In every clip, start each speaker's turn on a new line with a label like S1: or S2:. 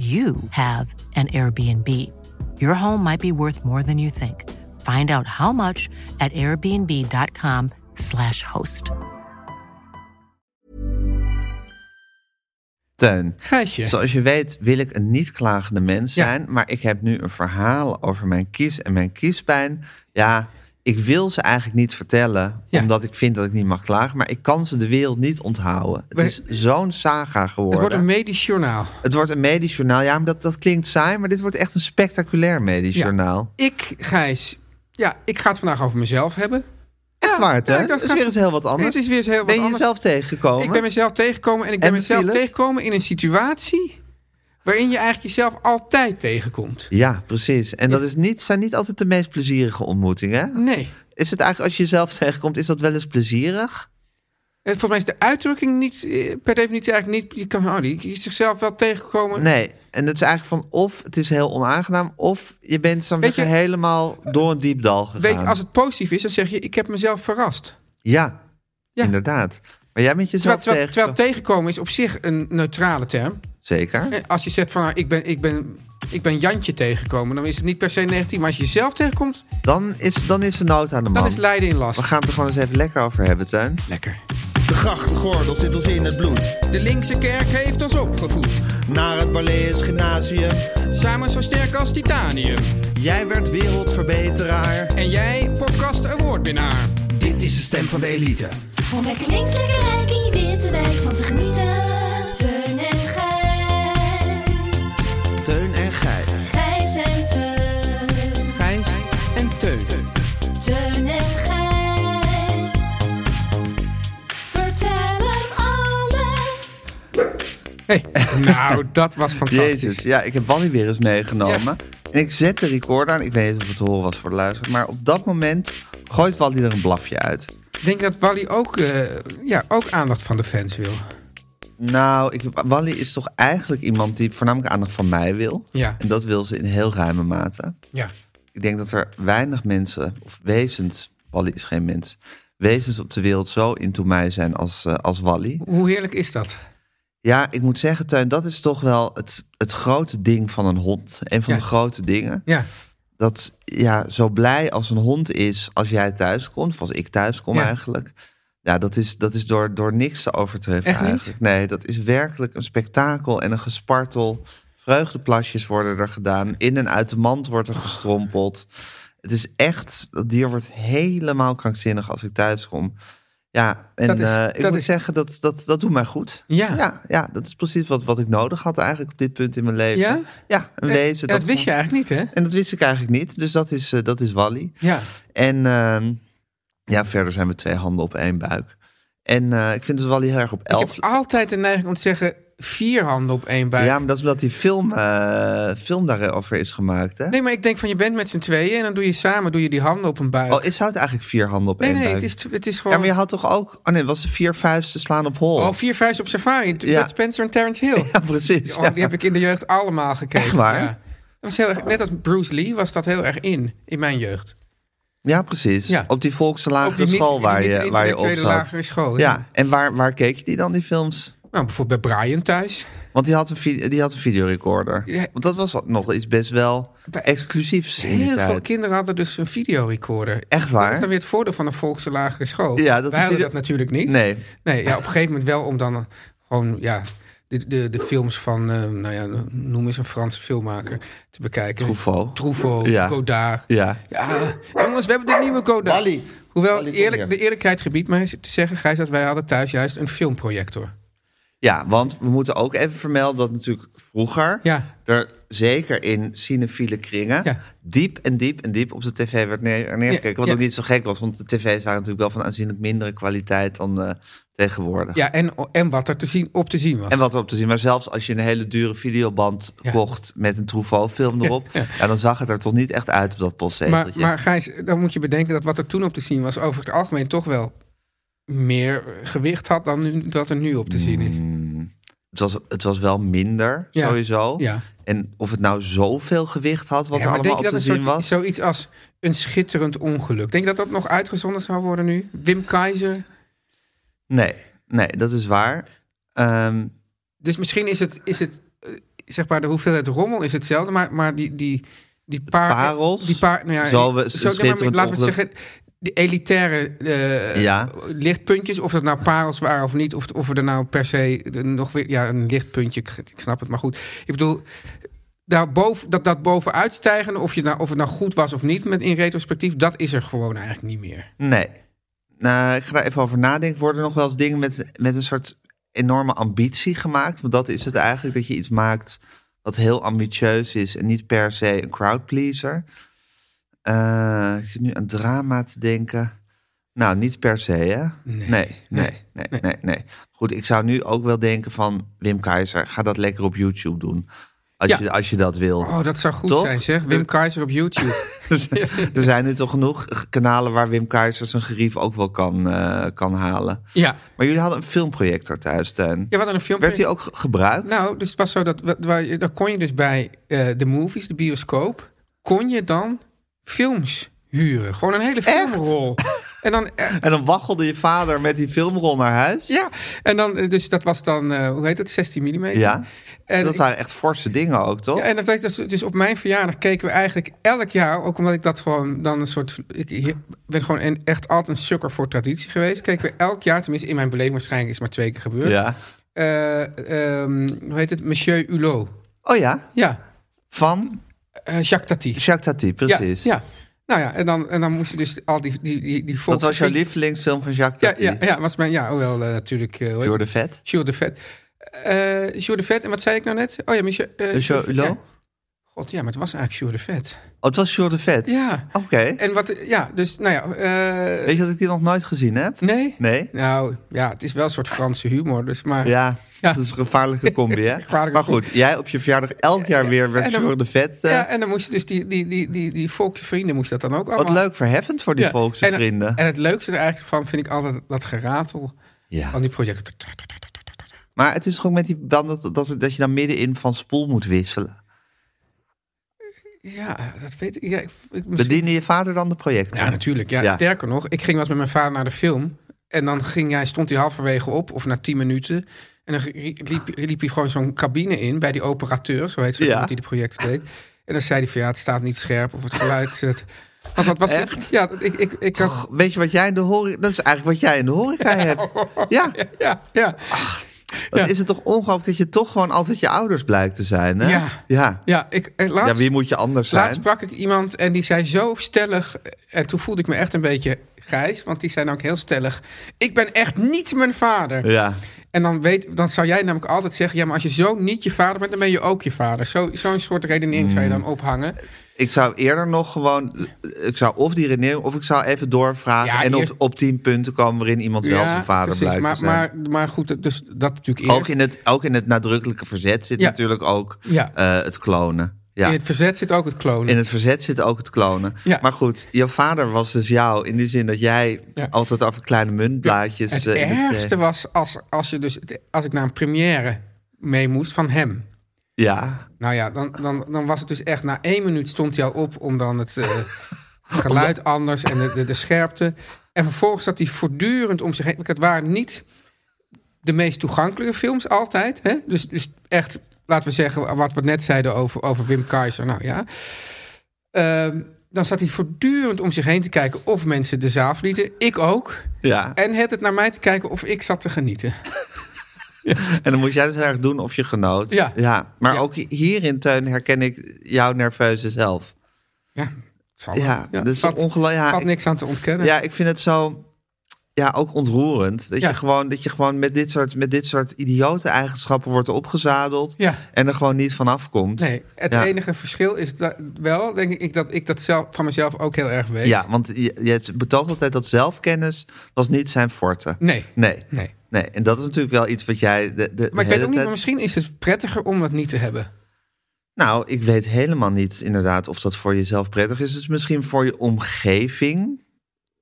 S1: you have an Airbnb. Your home might be worth more than you think. Find out how much at airbnb.com/slash host.
S2: Teun,
S3: Gijsje.
S2: zoals je weet wil ik een niet klagende mens
S3: Ja.
S2: zijn, maar ik heb nu een verhaal over mijn kies en mijn kiespijn. Ja, ik wil ze eigenlijk niet vertellen,
S3: Ja.
S2: omdat ik vind dat ik niet mag klagen, maar ik kan ze de wereld niet onthouden. Het
S3: We-
S2: is zo'n saga geworden.
S3: Het wordt een medisch journaal.
S2: Het wordt een medisch journaal. Ja, maar dat, dat klinkt saai, maar dit wordt echt een spectaculair medisch
S3: Ja.
S2: journaal.
S3: Ik, Gijs, ja, ik ga het vandaag over mezelf hebben.
S2: Echt waar, hè?
S3: ja, ik dacht,
S2: dat is
S3: ga-
S2: weer eens heel wat anders.
S3: Het is weer eens heel wat
S2: ben je
S3: anders.
S2: jezelf tegengekomen?
S3: Ik ben mezelf tegengekomen en ik ben
S2: En
S3: mezelf
S2: beviel het?
S3: tegengekomen in een situatie waarin je eigenlijk jezelf altijd tegenkomt.
S2: Ja, precies. En dat is niet, zijn niet altijd de meest plezierige ontmoetingen. hè?
S3: Nee.
S2: Is het eigenlijk, als je jezelf tegenkomt, is dat wel eens plezierig?
S3: Eh, Volgens mij is de uitdrukking niet eh, per definitie eigenlijk niet. Je kan oh, die die is zichzelf wel tegengekomen.
S2: Nee. En dat is eigenlijk van of het is heel onaangenaam... of je bent dan
S3: Weet je-
S2: helemaal door een diep dal gegaan.
S3: Weet je, als het positief is, dan zeg je: ik heb mezelf verrast.
S2: ja,
S3: Ja.
S2: inderdaad. Maar jij bent
S3: Terwijl,
S2: jezelf
S3: terwijl,
S2: tegengekomen.
S3: terwijl tegenkomen is op zich een neutrale term.
S2: Zeker.
S3: Eh, Als je zegt van nou, ik, ben, ik, ben, ik ben Jantje tegengekomen, dan is het niet per se negatief. Maar als je jezelf tegenkomt,
S2: Dan is, dan is de nood aan de man.
S3: dan is lijden in last.
S2: We gaan het er gewoon eens even lekker over hebben, Tuin.
S3: Lekker.
S4: De grachtgordel zit ons in het bloed.
S5: De linkse kerk heeft ons opgevoed,
S4: Naar het Barlees Gymnasium.
S5: samen zo sterk als titanium.
S4: Jij werd wereldverbeteraar.
S5: En jij, podcast awardwinnaar.
S4: Dit is de stem van de elite.
S6: Om lekker links, lekker rijk in je witte wijk van te genieten. Teun en Gijs.
S2: Teun en Gijs.
S6: Gijs en Teun.
S5: Gijs en Teuden.
S6: Teun en Gijs. Vertel hem alles.
S3: Hey, nou, dat was fantastisch.
S2: Jezus, ja, ik heb Wally weer eens meegenomen. En ik zet de recorder aan. Ik weet niet of het te horen was voor de luisteraar. Maar op dat moment gooit Wally er een blafje uit.
S3: Ik denk dat Wally ook, eh, ja, ook aandacht van de fans wil.
S2: Nou, ik, Wally is toch eigenlijk iemand die voornamelijk aandacht van mij wil.
S3: Ja.
S2: En dat wil ze in heel ruime mate.
S3: Ja.
S2: Ik denk dat er weinig mensen, of wezens, Wally is geen mens, wezens op de wereld zo into mij zijn als, eh, als Wally.
S3: Hoe heerlijk is dat?
S2: Ja, ik moet zeggen, Tuin, dat is toch wel het, het grote ding van een hond. Een van
S3: Ja.
S2: de grote dingen.
S3: Ja.
S2: dat ja, zo blij als een hond is als jij thuis komt, of als ik thuis kom
S3: Ja.
S2: eigenlijk. Ja, dat is, dat is door, door niks te overtreffen
S3: Echt niet?
S2: eigenlijk. Nee, dat is werkelijk een spektakel en een gespartel. Vreugdeplasjes worden er gedaan. In en uit de mand wordt er gestrompeld. Het is echt, dat dier wordt helemaal krankzinnig als ik thuis kom. Ja, en
S3: Dat is-
S2: eh, ik
S3: dat
S2: moet
S3: is-
S2: zeggen, dat, dat, dat doet mij goed.
S3: Ja.
S2: ja, ja, dat is precies wat, wat ik nodig had eigenlijk op dit punt in mijn leven.
S3: Ja?
S2: Ja, een
S3: Ja,
S2: wezen.
S3: Eh, dat wist je
S2: kon-
S3: eigenlijk niet, hè?
S2: en dat wist ik eigenlijk niet. Dus dat is, eh, dat is Wally.
S3: Ja.
S2: En ehm, ja, verder zijn we twee handen op één buik. En eh, ik vind dat Wally heel erg op
S3: Ik
S2: elf...
S3: heb altijd de neiging om te zeggen vier handen op één buik.
S2: Ja, maar dat is omdat die film, eh, film daarover is gemaakt, hè?
S3: Nee, maar ik denk van je bent met z'n tweeën en dan doe je samen doe je die handen op een buik.
S2: Oh, is, zou het eigenlijk vier handen op
S3: nee,
S2: één
S3: nee,
S2: buik?
S3: het is, het is
S2: Ja,
S3: gewoon...
S2: maar je had toch ook... Oh nee, het was de vier vuisten slaan op hol.
S3: Oh, vier vuisten op safari. T-
S2: Ja.
S3: Met Spencer en Terence Hill.
S2: Ja, precies.
S3: Oh,
S2: ja.
S3: die heb ik in de jeugd allemaal gekeken.
S2: Echt waar?
S3: Ja. Dat was heel erg, net als Bruce Lee was dat heel erg in, in mijn jeugd.
S2: Ja, precies.
S3: Ja.
S2: Op die volkse lagere
S3: Op die niet-
S2: school
S3: die
S2: waar,
S3: niet
S2: je, waar je op
S3: intellectuele
S2: zat.
S3: lagere school, ja.
S2: Ja, en waar, waar keek je die dan, die films?
S3: Nou, bijvoorbeeld bij Brian thuis.
S2: Want die had een, vi- die had een videorecorder.
S3: Ja.
S2: Want dat was nog iets best wel
S3: Bij-
S2: exclusiefs in die
S3: Heel veel
S2: tijd.
S3: kinderen hadden dus een videorecorder.
S2: Echt
S3: Dat is
S2: waar?
S3: dan weer het voordeel van een volkse lagere school.
S2: Ja, dat de
S3: Wij hadden
S2: video-
S3: dat natuurlijk niet.
S2: Nee.
S3: Nee, ja, op een gegeven moment wel om dan gewoon, ja... de, de, de films van, eh, nou ja, noem eens een Franse filmmaker te bekijken.
S2: Truffaut.
S3: Truffaut,
S2: Ja.
S3: Godard.
S2: Ja.
S3: Ja, jongens, we hebben de nieuwe Godard.
S2: Wally.
S3: Hoewel
S2: Wally, kom
S3: eerlijk,
S2: hier.
S3: de eerlijkheid gebiedt mij te zeggen, Gijs, dat wij hadden thuis juist een filmprojector.
S2: Ja, want we moeten ook even vermelden dat natuurlijk vroeger...
S3: Ja.
S2: er zeker in cinefiele kringen...
S3: Ja.
S2: diep en diep en diep op de tv werd neer- neergekeken. Wat
S3: ja.
S2: ook niet zo gek was, want de tv's waren natuurlijk wel van aanzienlijk mindere kwaliteit dan eh, tegenwoordig.
S3: Ja, en, en wat er te zien, op te zien was.
S2: En wat erop te zien. Maar zelfs als je een hele dure videoband
S3: Ja.
S2: kocht met een Truffaut-film erop... Ja, dan zag het er toch niet echt uit op dat
S3: maar,
S2: postzegeltje.
S3: maar Gijs, dan moet je bedenken dat wat er toen op te zien was... over het algemeen toch wel meer gewicht had dan nu, dat er nu op te zien is.
S2: Mm. het, was, het was wel minder,
S3: Ja.
S2: sowieso.
S3: Ja.
S2: En of het nou zoveel gewicht had, wat
S3: Ja,
S2: er
S3: maar
S2: allemaal
S3: denk
S2: op
S3: je
S2: te
S3: dat een
S2: zien
S3: soort,
S2: was...
S3: zoiets als een schitterend ongeluk... denk je dat dat nog uitgezonden zou worden nu? Wim Keizer?
S2: Nee, nee, dat is waar. Ehm,
S3: Dus misschien is het, is het eh, zeg maar, de hoeveelheid rommel is hetzelfde, maar, maar die, die, die paar,
S2: parels?
S3: Die paar, nou ja,
S2: Zal we-
S3: die-
S2: een
S3: zo, nee, maar
S2: schitterend
S3: laten we het
S2: ongeluk-
S3: zeggen, die elitaire eh,
S2: Ja.
S3: lichtpuntjes, of dat nou parels waren of niet, of, of we er nou per se de- nog weer, ja, een lichtpuntje, ik, ik snap het, maar goed. Ik bedoel, daar boven, dat, dat bovenuit stijgen, of, je nou, of het nou goed was of niet met, in retrospectief, dat is er gewoon eigenlijk niet meer.
S2: Nee. Nou, ik ga daar even over nadenken. Worden nog wel eens dingen met, met een soort enorme ambitie gemaakt? Want dat is het eigenlijk, dat je iets maakt wat heel ambitieus is en niet per se een crowdpleaser. Eh ik zit nu aan drama te denken. Nou, niet per se, hè? Nee, nee, nee, nee. nee, Goed, ik zou nu ook wel denken van Wim Keizer, ga dat lekker op YouTube doen. Als,
S3: Ja.
S2: je, als je dat wil.
S3: Oh, dat zou goed
S2: Toch?
S3: zijn, zeg. Wim Keizer op YouTube.
S2: Er zijn nu toch genoeg kanalen waar Wim Keizer zijn gerief ook wel kan, eh, kan halen.
S3: ja.
S2: Maar jullie hadden een filmprojector thuis, Teun.
S3: ja, wat een filmpje.
S2: Werd die ook ge- gebruikt?
S3: Nou, dus het was zo dat, wa- waar je- dan kon je dus bij eh, de movies, de bioscoop, kon je dan films huren. Gewoon een hele filmrol. En dan, eh,
S2: En dan waggelde je vader met die filmrol naar huis?
S3: ja, en dan, eh, dus dat was dan, eh, hoe heet het, 16 mm.
S2: Ja.
S3: en
S2: dat
S3: ik-
S2: waren echt forse dingen ook, toch?
S3: ja, en dat weet dus, dus op mijn verjaardag keken we eigenlijk elk jaar, ook omdat ik dat gewoon dan een soort. Ik hier- ben gewoon een- echt altijd een sukker voor traditie geweest. Keken we elk jaar, tenminste in mijn beleving waarschijnlijk is het maar twee keer gebeurd.
S2: Ja.
S3: Eh, ehm, hoe heet het? Monsieur Hulot.
S2: Oh ja,
S3: Ja,
S2: van
S3: eh, Jacques Tati.
S2: Jacques Tati, precies.
S3: Ja, ja. Nou ja, en dan, en dan moest je dus al die, die, die, die
S2: Dat
S3: volks-
S2: was jouw lievelingsfilm van Jacques
S3: Ja,
S2: Tati.
S3: ja, ja, was mijn, ja, hoewel eh, natuurlijk... eh hoe heet
S2: Door
S3: het?
S2: de vet.
S3: Jules de Vet. Eh Jules de Vet, en wat zei ik nou net? Oh ja, Michel... eh,
S2: Dus Jules
S3: de-
S2: Hulot?
S3: ja. God, ja, maar het was eigenlijk Jules de Vet.
S2: Oh, het was Jour de Vet?
S3: Ja.
S2: Oké.
S3: En wat, ja, dus nou ja... eh,
S2: Weet je dat ik die nog nooit gezien heb?
S3: nee?
S2: Nee?
S3: Nou, ja, het is wel een soort Franse humor, dus maar...
S2: Ja,
S3: Ja.
S2: dat is een gevaarlijke combi, hè?
S3: Gevaarlijke
S2: maar goed, jij op je verjaardag elk jaar weer werd
S3: en dan-
S2: Jour de Vet. eh,
S3: Ja, en dan moest je dus die, die, die, die, die volkse vrienden moest dat dan ook allemaal...
S2: Wat leuk verheffend voor die
S3: Ja,
S2: volkse
S3: en,
S2: vrienden.
S3: En het leukste er eigenlijk van vind ik altijd dat geratel
S2: Ja.
S3: van die projecten.
S2: Maar het is gewoon met die band dat, dat, dat je dan middenin van spoel moet wisselen.
S3: Ja, dat weet ik. Ja, ik, ik misschien-
S2: Bediende je vader dan de projector?
S3: ja natuurlijk. Ja,
S2: Ja.
S3: Sterker nog, ik ging wel eens met mijn vader naar de film. En dan ging hij, stond hij halverwege op, of na tien minuten. En dan rie- liep, liep hij gewoon zo'n cabine in bij die operateur, zo heet ze,
S2: Ja.
S3: iemand die de project deed. En dan zei hij van ja, het staat niet scherp of het geluid zit. Want wat was het? Ja, dat- ik, ik, ik had.
S2: Weet je wat jij in de horeca... Dat is eigenlijk wat jij in de horeca hebt. Ja,
S3: Ja, ja.
S2: dan is het toch ongelooflijk dat je toch gewoon altijd je ouders blijkt te zijn, hè?
S3: Ja.
S2: Ja,
S3: ja, ik, eh, laatst,
S2: Ja, wie moet je anders zijn?
S3: Laatst sprak ik iemand en die zei zo stellig. En toen voelde ik me echt een beetje grijs, want die zei ook heel stellig: Ik ben echt niet mijn vader.
S2: Ja.
S3: En dan, weet, dan zou jij namelijk altijd zeggen: ja, maar als je zo niet je vader bent, dan ben je ook je vader. Zo- Zo'n soort redenering zou je
S2: Hmm.
S3: dan ophangen.
S2: Ik zou eerder nog gewoon... Ik zou of die redenering... of ik zou even doorvragen
S3: Ja,
S2: en
S3: eerst-
S2: op, op tien punten komen... waarin iemand wel zijn vader blijkt
S3: maar,
S2: te zijn.
S3: maar, maar goed, dus dat natuurlijk eerst.
S2: Ook in, het, ook in het nadrukkelijke verzet zit
S3: Ja.
S2: natuurlijk ook
S3: Ja.
S2: eh, het klonen. Ja.
S3: In het verzet zit ook het klonen.
S2: In het verzet zit ook het klonen.
S3: Mm. Ja.
S2: Maar goed, jouw vader was dus jou in die zin dat jij
S3: Ja.
S2: altijd over kleine muntblaadjes.
S3: het
S2: eh, in het, eh,
S3: ergste was als, als, je dus, het- als ik naar een première mee moest van hem.
S2: ja,
S3: Nou ja, dan, dan, dan was het dus echt... Na één minuut stond hij al op om dan het eh, geluid anders en de, de, de scherpte. En vervolgens zat hij voortdurend om zich heen. Want Het waren niet de meest toegankelijke films altijd. Hè? Dus, dus echt, laten we zeggen, wat we net zeiden over, over Wim Keizer. Nou ja. Ehm, dan zat hij voortdurend om zich heen te kijken of mensen de zaal verlieten. Ik ook.
S2: ja.
S3: En het het naar mij te kijken of ik zat te genieten.
S2: En dan moest jij dus heel erg doen of je genoot.
S3: Ja.
S2: Maar
S3: Ja.
S2: ook hierin, Teun, herken ik jouw nerveuze zelf.
S3: Ja, het zal wel.
S2: Ja, dat is
S3: valt-
S2: ongelooflijk. Ja,
S3: valt
S2: ik-
S3: niks aan te ontkennen.
S2: ja, ik vind het zo... Ja, ook ontroerend. Dat,
S3: Ja.
S2: je gewoon, dat je gewoon met dit soort, met dit soort idiote eigenschappen wordt opgezadeld.
S3: Ja.
S2: En er gewoon niet van afkomt.
S3: Nee, het
S2: Ja.
S3: enige verschil is dat wel, denk ik, dat ik dat zelf, van mezelf ook heel erg weet.
S2: Ja, want je, je betoogt altijd dat zelfkennis was niet zijn forte.
S3: Nee.
S2: Nee.
S3: Nee.
S2: Nee, en dat is natuurlijk wel iets wat jij de, de, de
S3: Maar ik weet
S2: hele
S3: ook niet,
S2: tijd...
S3: maar misschien is het prettiger om dat niet te hebben.
S2: Nou, ik weet helemaal niet inderdaad of dat voor jezelf prettig is. Het is misschien voor je omgeving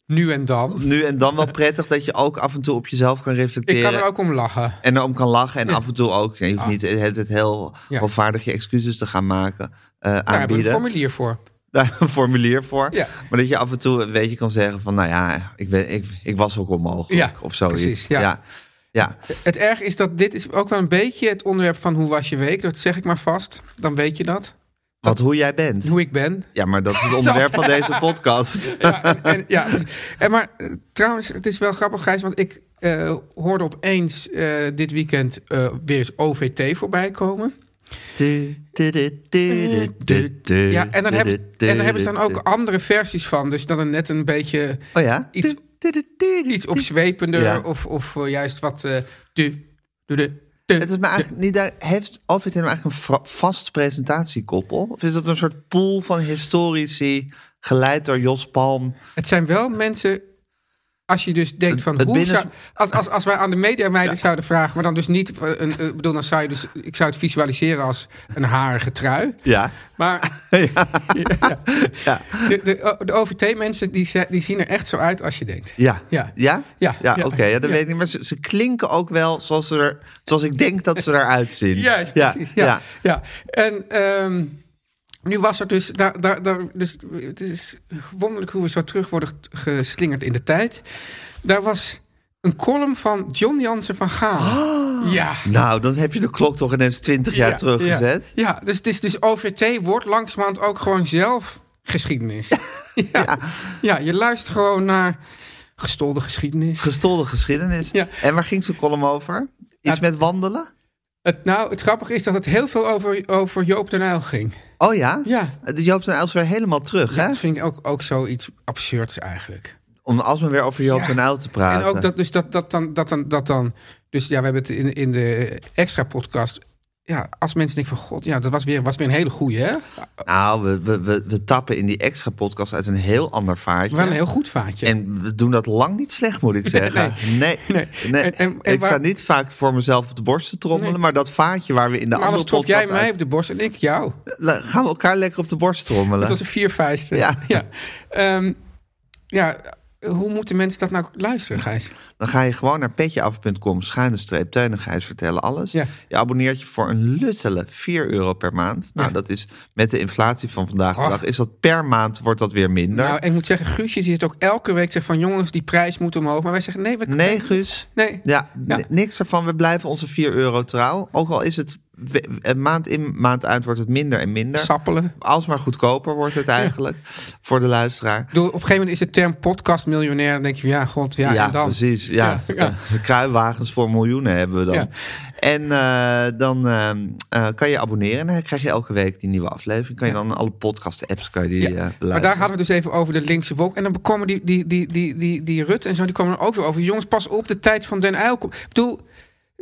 S3: Nu en dan.
S2: nu en dan wel prettig... dat je ook af en toe op jezelf kan
S3: Ik
S2: reflecteren.
S3: kan er ook om lachen.
S2: En erom kan lachen en af en toe ook... nee, je hoeft niet het, het heel
S3: Ja. Nou
S2: hoogvaardig je excuses te gaan maken, eh,
S3: Daar hebben we een
S2: aanbieden.
S3: formulier voor.
S2: daar een formulier voor.
S3: Ja.
S2: Maar dat je af en toe een beetje kan zeggen van... nou ja, ik, ben, ik, ik was ook onmogelijk
S3: Ja,
S2: of zoiets.
S3: precies, ja.
S2: ja. Ja.
S3: Het erg is dat dit is ook wel een beetje het onderwerp van hoe was je week. Dat zeg ik maar vast. Dan weet je dat.
S2: Wat hoe jij bent.
S3: Hoe ik ben.
S2: Ja, maar dat is het onderwerp van deze podcast.
S3: Ja, en, en- ja. En, maar eh, trouwens, het is wel grappig, Gijs, want ik eh, hoorde opeens eh, dit weekend eh, weer eens OVT voorbij komen. Ja, en dan, hebben ze, en dan hebben ze dan ook andere versies van. Dus dan een net een beetje
S2: Oh ja?
S3: iets, iets opzwepender
S2: Ja.
S3: of, of eh, juist wat... eh, du, du, du, du.
S2: Het is me eigenlijk niet daar. Heeft Alfred helemaal eigenlijk een fra- vast presentatiekoppel? Of is dat een soort pool van historici geleid door Jos Palm?
S3: Het zijn wel mensen... Als je dus denkt van
S2: Het- het
S3: hoe
S2: binnen-
S3: zou- als, als, als wij aan de media meiden zouden vragen, maar dan dus niet eh, een, eh, bedoel, dan zou je dus, ik zou het visualiseren als een harige trui.
S2: Ja.
S3: Maar
S2: Ja.
S3: de, de, de OVT-mensen die, ze- die zien er echt zo uit als je denkt.
S2: Ja.
S3: Ja.
S2: Ja?
S3: Ja.
S2: Ja,
S3: Ja.
S2: oké. Ja, dat
S3: Ja.
S2: weet ik niet. Maar ze, ze klinken ook wel zoals, ze er, zoals ik denk dat ze eruit zien.
S3: Juist, precies. Ja, ja. En ehm, nu was er dus, daar, daar, daar, dus... Het is wonderlijk hoe we zo terug worden geslingerd in de tijd. Daar was een column van John Jansen van Gaal. Ja.
S2: Nou, dan heb je de klok toch ineens 20 jaar
S3: Ja,
S2: teruggezet.
S3: Ja, ja, dus het is dus OVT wordt langzamerhand ook gewoon zelf geschiedenis. ja. Ja. je luistert gewoon naar gestolde geschiedenis.
S2: Gestolde geschiedenis.
S3: Ja.
S2: En waar ging zijn column over? Iets
S3: Ja.
S2: met wandelen?
S3: het, nou, het grappige is dat het heel veel over, over Joop den Uyl ging.
S2: Oh ja?
S3: Ja.
S2: De Joop den Uyl is weer helemaal terug, hè?
S3: Dat vind ik ook, ook zoiets absurds eigenlijk.
S2: Om alsmaar weer over Joop
S3: Ja.
S2: den Uyl te praten.
S3: En ook dat, dus dat, dat, dan, dat, dan, dat dan. Dus ja, we hebben het in, in de extra podcast. Ja, als mensen denken van god, ja, dat was weer, was weer een hele goeie, hè?
S2: Nou, we, we, we, we tappen in die extra podcast uit een heel ander vaartje.
S3: Wel een heel goed vaatje.
S2: En we doen dat lang niet slecht, moet ik zeggen. Nee, nee.
S3: En- en- en
S2: ik sta
S3: waar-
S2: niet vaak voor mezelf op de borst te trommelen, maar dat vaartje waar we in de
S3: maar
S2: andere
S3: anders trok
S2: podcast
S3: jij mij
S2: uit-
S3: op de borst en ik jou.
S2: La- gaan we elkaar lekker op de borst trommelen.
S3: Dat was een viervuisten.
S2: Ja.
S3: Ja. Ehm, ja, hoe moeten mensen dat nou luisteren, Gijs?
S2: Dan ga je gewoon naar petjeaf.com, schuine streep, teunigheid, vertellen alles.
S3: Ja.
S2: Je abonneert je voor een luttele 4 euro per maand. Nou,
S3: Ja.
S2: dat is met de inflatie van vandaag de
S3: Och.
S2: dag, is dat per maand wordt dat weer minder.
S3: Nou, ik moet zeggen, Guusje zit ook elke week zegt van jongens, die prijs moet omhoog. Maar wij zeggen nee, we
S2: nee, Guus.
S3: Nee.
S2: Ja,
S3: Ja.
S2: n- niks ervan. We blijven onze 4 euro trouw. Ook al is het we- eh, maand in, maand uit wordt het minder en minder.
S3: sappelen.
S2: Alsmaar goedkoper wordt het eigenlijk voor de luisteraar.
S3: Ik bedoel, op een gegeven moment is de term podcast miljonair. Dan denk je, ja, god, ja,
S2: Ja,
S3: en dan.
S2: precies. Ja. Kruiwagens voor miljoenen hebben we dan.
S3: Ja.
S2: En eh, dan eh, eh, kan je abonneren en dan krijg je elke week die nieuwe aflevering. Kan je dan alle podcast-apps kan je die,
S3: Ja.
S2: eh,
S3: maar
S2: beluisteren.
S3: daar hadden we het dus even over de linkse wolk. En dan komen die, die, die, die, die, die Rut en zo, die komen er ook weer over. Jongens, pas op, de tijd van Den Uyl. komt. Ik bedoel,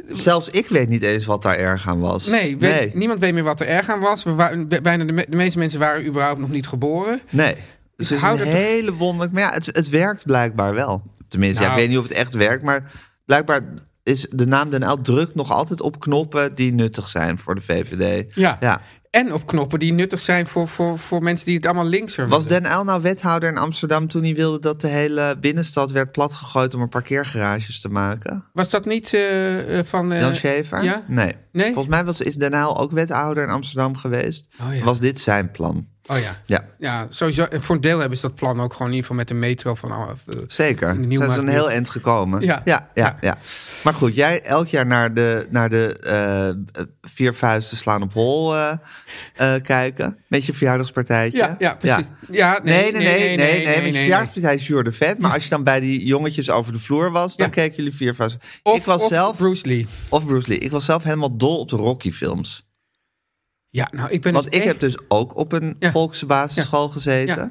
S2: Zelfs ik weet niet eens wat daar erg aan was.
S3: nee, weet-
S2: nee.
S3: niemand weet meer wat er erg aan was. We waren, bijna de, me- de meeste mensen waren überhaupt nog niet geboren.
S2: Nee. Dus het is
S3: hou
S2: een
S3: er toch-
S2: hele wonderlijk... Maar ja, het, het werkt blijkbaar wel. Tenminste, ja,
S3: Nou.
S2: ik weet niet of het echt werkt, maar blijkbaar is de naam Den Uyl drukt nog altijd op knoppen die nuttig zijn voor de VVD.
S3: Ja.
S2: ja.
S3: En op knoppen die nuttig zijn voor, voor, voor mensen die het allemaal linkser
S2: Was
S3: willen.
S2: Den Uyl nou wethouder in Amsterdam toen hij wilde dat de hele binnenstad werd platgegooid om er parkeergarages te maken?
S3: Was dat niet eh, eh, van... eh,
S2: Jan Schaefer?
S3: Ja?
S2: Nee.
S3: Nee?
S2: Volgens mij was, is Den Uyl ook wethouder in Amsterdam geweest.
S3: Oh ja.
S2: Was dit zijn plan?
S3: Oh ja.
S2: Ja.
S3: Ja, sowieso. En voor een deel hebben ze dat plan ook gewoon in ieder geval met de metro van... oh, eh,
S2: Zeker.
S3: Nieuw
S2: Ze zijn
S3: maakt
S2: een
S3: niet.
S2: heel eind gekomen.
S3: Ja.
S2: Ja, ja,
S3: Ja.
S2: ja, Maar goed, jij elk jaar naar de, naar de eh, vier vuisten slaan op hol eh, eh, kijken. Met je verjaardagspartijtje.
S3: ja, ja, precies. Ja,
S2: Nee, nee, nee, nee, nee, Met je verjaardagspartij is Jure de Vet. Maar als je dan bij die jongetjes over de vloer was, dan
S3: Ja.
S2: keken jullie vier vuisten.
S3: Of,
S2: ik was
S3: of
S2: zelf,
S3: Bruce Lee.
S2: of Bruce Lee. Ik was zelf helemaal dol op de Rocky-films.
S3: Ja, nou, ik ben
S2: Want
S3: dus
S2: ik
S3: echt-
S2: heb dus ook op een
S3: Ja.
S2: volkse basisschool gezeten.